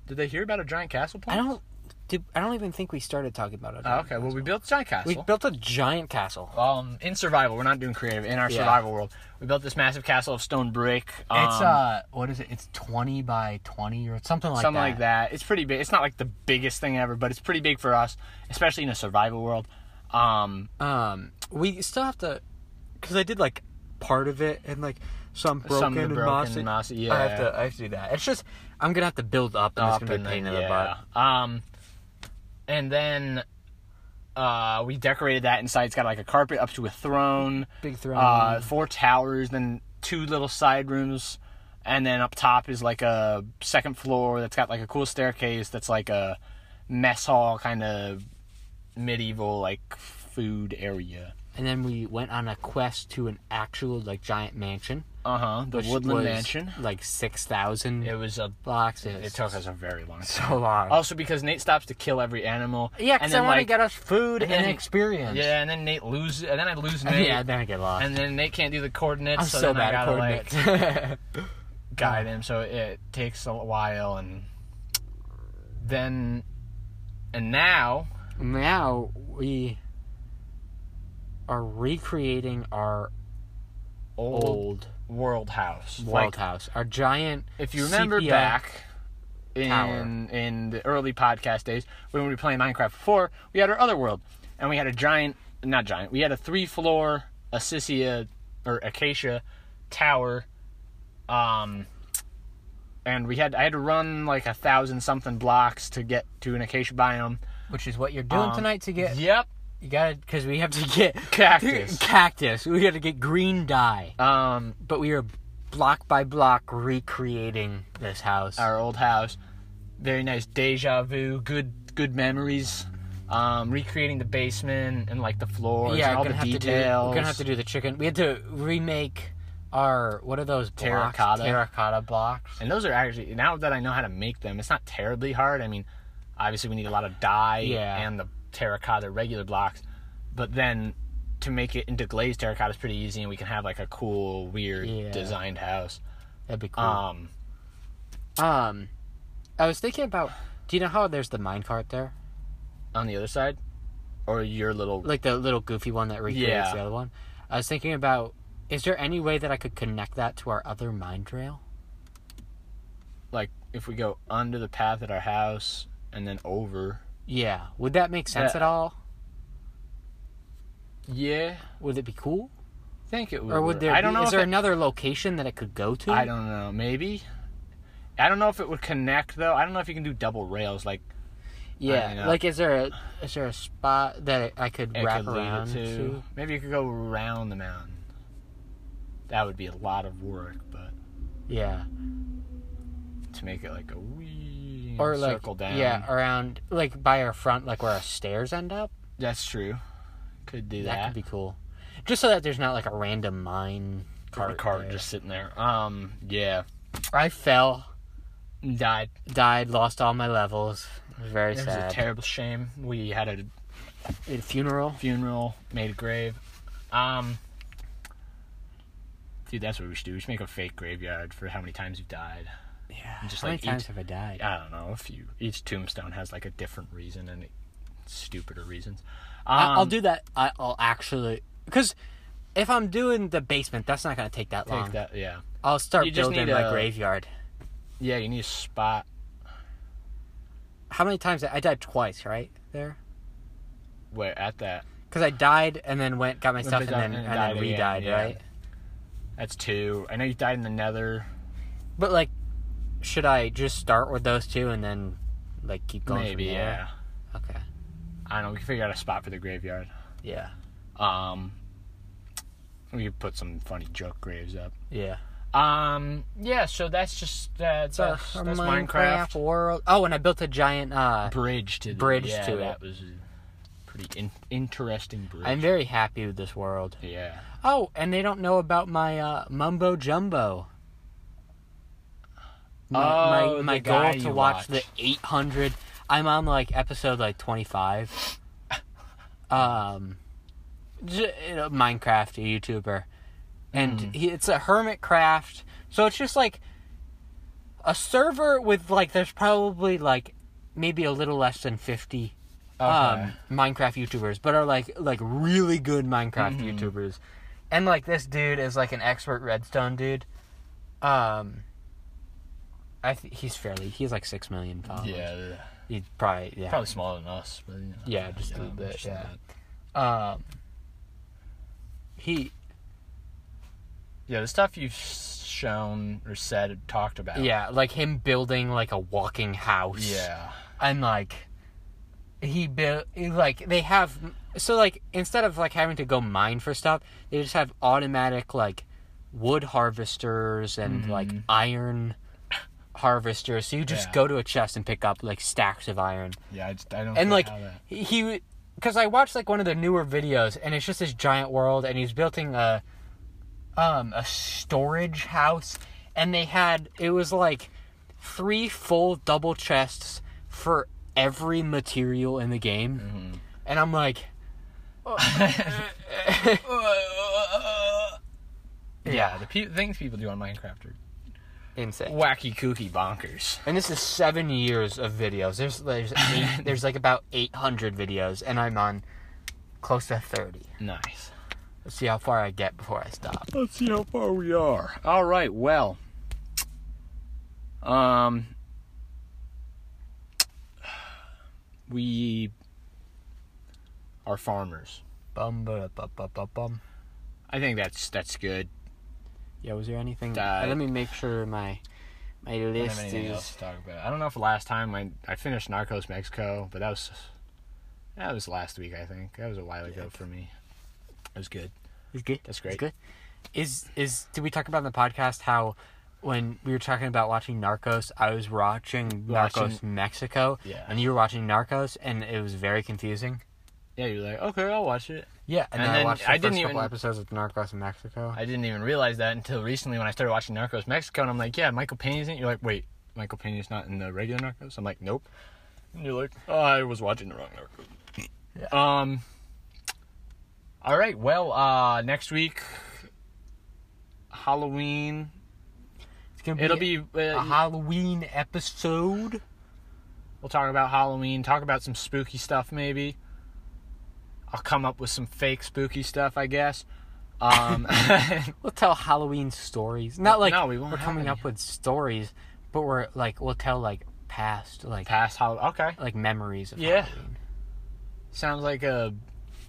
did they hear about a giant castle
I
plan?
don't. Did, I don't even think we started talking about it.
Oh, okay, well, we built a giant castle.
We built a giant castle.
um, in survival, we're not doing creative. In our
Yeah.
survival world, we built this massive castle of stone brick. Um,
it's uh, what is it? It's twenty by twenty or something like
something
that.
like that. It's pretty big. It's not like the biggest thing ever, but it's pretty big for us, especially in a survival world. Um,
Um, we still have to, cause I did like part of it and like some broken,
Some of the
and
broken
mossy.
and mossy,
I have
yeah.
to, I have to do that. It's just I'm gonna have to build up and
up
it's gonna be a
and
pain
then-
in the
yeah.
butt.
Um, and then uh, we decorated that inside. It's got like a carpet up to a throne.
Big throne.
Uh, four towers, then two little side rooms, and then up top is like a second floor that's got like a cool staircase that's like a mess hall kind of medieval like food area.
And then we went on a quest to an actual like giant mansion.
Uh huh. The
which
Woodland
was,
Mansion.
Like six thousand
It was a.
blocks.
It
was
took us a very long time.
so long.
Also, because Nate stops to kill every animal.
yeah, cause
and
I
then,
want to
like,
get us food and,
and then-
experience. <laughs>
Yeah, and then Nate loses, and then I lose Nate,
yeah. Then I get lost.
and then Nate can't do the coordinates.
I'm so,
then
bad
I
at
gotta,
coordinates. <laughs>
Like, guide him, so it takes a while, and then, and now,
now we are recreating our
old,
old
world house.
world
Like,
house, our giant.
if you remember
sepia-
back in
tower.
in the early podcast days when we were playing Minecraft before, we had our other world, and we had a giant, not giant, we had a three floor Acacia or Acacia tower, um, and we had I had to run like a thousand something blocks to get to an Acacia biome.
which is what you're doing
Um,
tonight to get.
Yep.
You gotta, because we have to get
Cactus.
<laughs> cactus. We gotta get green dye.
Um,
Uh, But we are block by block recreating this house.
our old house. Very nice deja vu. Good good memories. Um, recreating the basement and like the floors
yeah,
and
we're
all
gonna,
the
have to do,
details.
we're gonna have to do the chicken. We had to remake our what are those blocks?
Terracotta.
terracotta blocks.
And those are actually now that I know how to make them, it's not terribly hard. I mean, obviously we need a lot of dye
Yeah.
and the terracotta regular blocks, but then to make it into glazed terracotta is pretty easy, and we can have like a cool, weird
Yeah.
designed house.
That'd be cool.
Um,
Um, I was thinking about. Do you know how there's the minecart there,
on the other side, or your little
like the little goofy one that recreates
Yeah.
the other one? I was thinking about. Is there any way that I could connect that to our other mine trail?
like if we go under the path at our house and then over.
Yeah, would that make sense
Yeah.
at all?
Yeah,
Would it be cool?
I think it would.
Or would
work.
there?
I don't
be,
know.
Is
if
there
it-
another location that it could go to?
I don't know. Maybe. I don't know if it would connect though. I don't know if you can do double rails like
Yeah,
don't know.
like is there a is there a spot that I could
it
wrap
could lead
around
it to.
to?
Maybe you could go around the mountain. That would be a lot of work, but
Yeah,
to make it like a wee
or like
circle down.
yeah, around like by our front, like where our stairs end up.
that's true. Could do
That
that.
could be cool. Just so that there's not like a random mine
Or a
cart.
cart
there.
just sitting there. Um, yeah,
I fell,
died.
died, lost all my levels. It was very
It was a
sad.
terrible shame. We had a
At a funeral.
funeral, made a grave. Um, dude, that's what we should do. We should make a fake graveyard for how many times you've died.
Yeah.
just
How many
like eat-
times have I died?
I don't know if you each tombstone has like a different reason and it, stupider reasons.
I, I'll
Um,
do that. I, I'll actually because if I'm doing the basement, that's not gonna take that long.
take that. Yeah,
I'll start
You just
building
need
my
a-
graveyard.
yeah. You need a spot.
How many times I died twice, right there?
Where at that?
Because I died and then went got my stuff and
back up
then
and
and
died
then
again,
re-died,
yeah.
right?
That's two. I know you died in the Nether.
But like, should I just start with those two and then like keep going?
Maybe.
from
Yeah.
there? Okay.
I don't know. We can figure out a spot for the graveyard.
Yeah.
Um, we could put some funny joke graves up.
Yeah.
Um, yeah. So that's just that's
So
that's,
our
that's
Uh, Minecraft,
Minecraft.
world. Oh, and I built a giant. uh
bridge to the,
Bridge
yeah,
to
that
it.
was a pretty in, interesting bridge.
I'm very happy with this world.
yeah.
Oh, and they don't know about my uh, mumbo jumbo. My,
Oh,
my,
the
my
guy
goal to
you
watch the
watched.
800. I'm on like episode like 25. um, j- you know, Minecraft a YouTuber, and
Mm.
he, it's a hermit craft. So it's just like a server with like there's probably like maybe a little less than 50 um, Minecraft YouTubers, but are like like really good Minecraft
Mm-hmm.
YouTubers, and like this dude is like an expert redstone dude. Um, I th- he's fairly he's like six million followers.
yeah. the-
he's probably yeah.
Probably smaller than us, but you know,
Yeah, just a little bit,
a
yeah.
little bit.
Um, he
Yeah, the stuff you've shown or said, talked about.
yeah like him building like a walking house.
Oh. Yeah.
and like he built like they have so like instead of like having to go mine for stuff they just have automatic like wood harvesters and
Mm-hmm.
like iron harvesters so you just
Yeah.
go to a chest and pick up like stacks of iron
Yeah, I, just, I don't
and
get
like
how that-
he because i watched like one of the newer videos and it's just this giant world and he's building a um a storage house and they had it was like three full double chests for every material in the game
Mm-hmm.
and i'm like
uh, yeah, the pe- things people do on Minecraft are
insane
wacky, kooky, bonkers.
and this is seven years of videos
<laughs>
there's there's eight, there's like about 800 videos and i'm on close to 30
Nice.
let's see how far i get before i stop
Let's see how far we are. All right. Well. Um. We are farmers.
bum ba bum bum bum bum
I think that's that's good.
Yeah, was there anything?
Uh,
let me make sure my my
I don't have
list
anything else
is.
to talk about. I don't know if last time I I finished Narcos Mexico, but that was that was last week. I think that was a while ago for me. It was good.
Is good.
That's great.
Is good. Is is did we talk about in the podcast how when we were talking about watching Narcos, I was watching Narcos
Watching-
Mexico,
Yeah.
and you were watching Narcos, and it was very confusing.
Yeah, you're like, okay, I'll watch it.
Yeah, and,
And
then,
then
I watched the
I
first
didn't
couple
even-
episodes of Narcos in Mexico.
I didn't even realize that until recently when I started watching Narcos Mexico, and I'm like, yeah, Michael Pena's in. it. You're like, wait, Michael Pena's not in the regular Narcos. I'm like, nope. And you're like, oh, I was watching the wrong Narcos. Um. All right. Well, uh, next week, Halloween.
it's gonna
It'll be
a
uh,
Halloween episode.
We'll talk about Halloween, talk about some spooky stuff maybe. I'll come up with some fake spooky stuff, I guess. Um, <laughs>
We'll tell Halloween stories. Not like
no, we won't
are
have
coming
any.
up with stories, but we're like we'll tell like past like
past Halloween. Okay.
like memories of
Yeah.
Halloween.
Sounds like a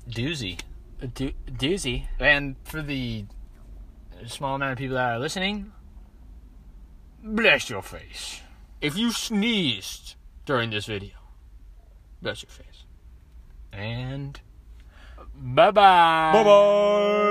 doozy.
A doo- doozy.
And for the small amount of people that are listening, bless your face.
If you sneezed during this video, bless your face.
And
Bye bye.
bye.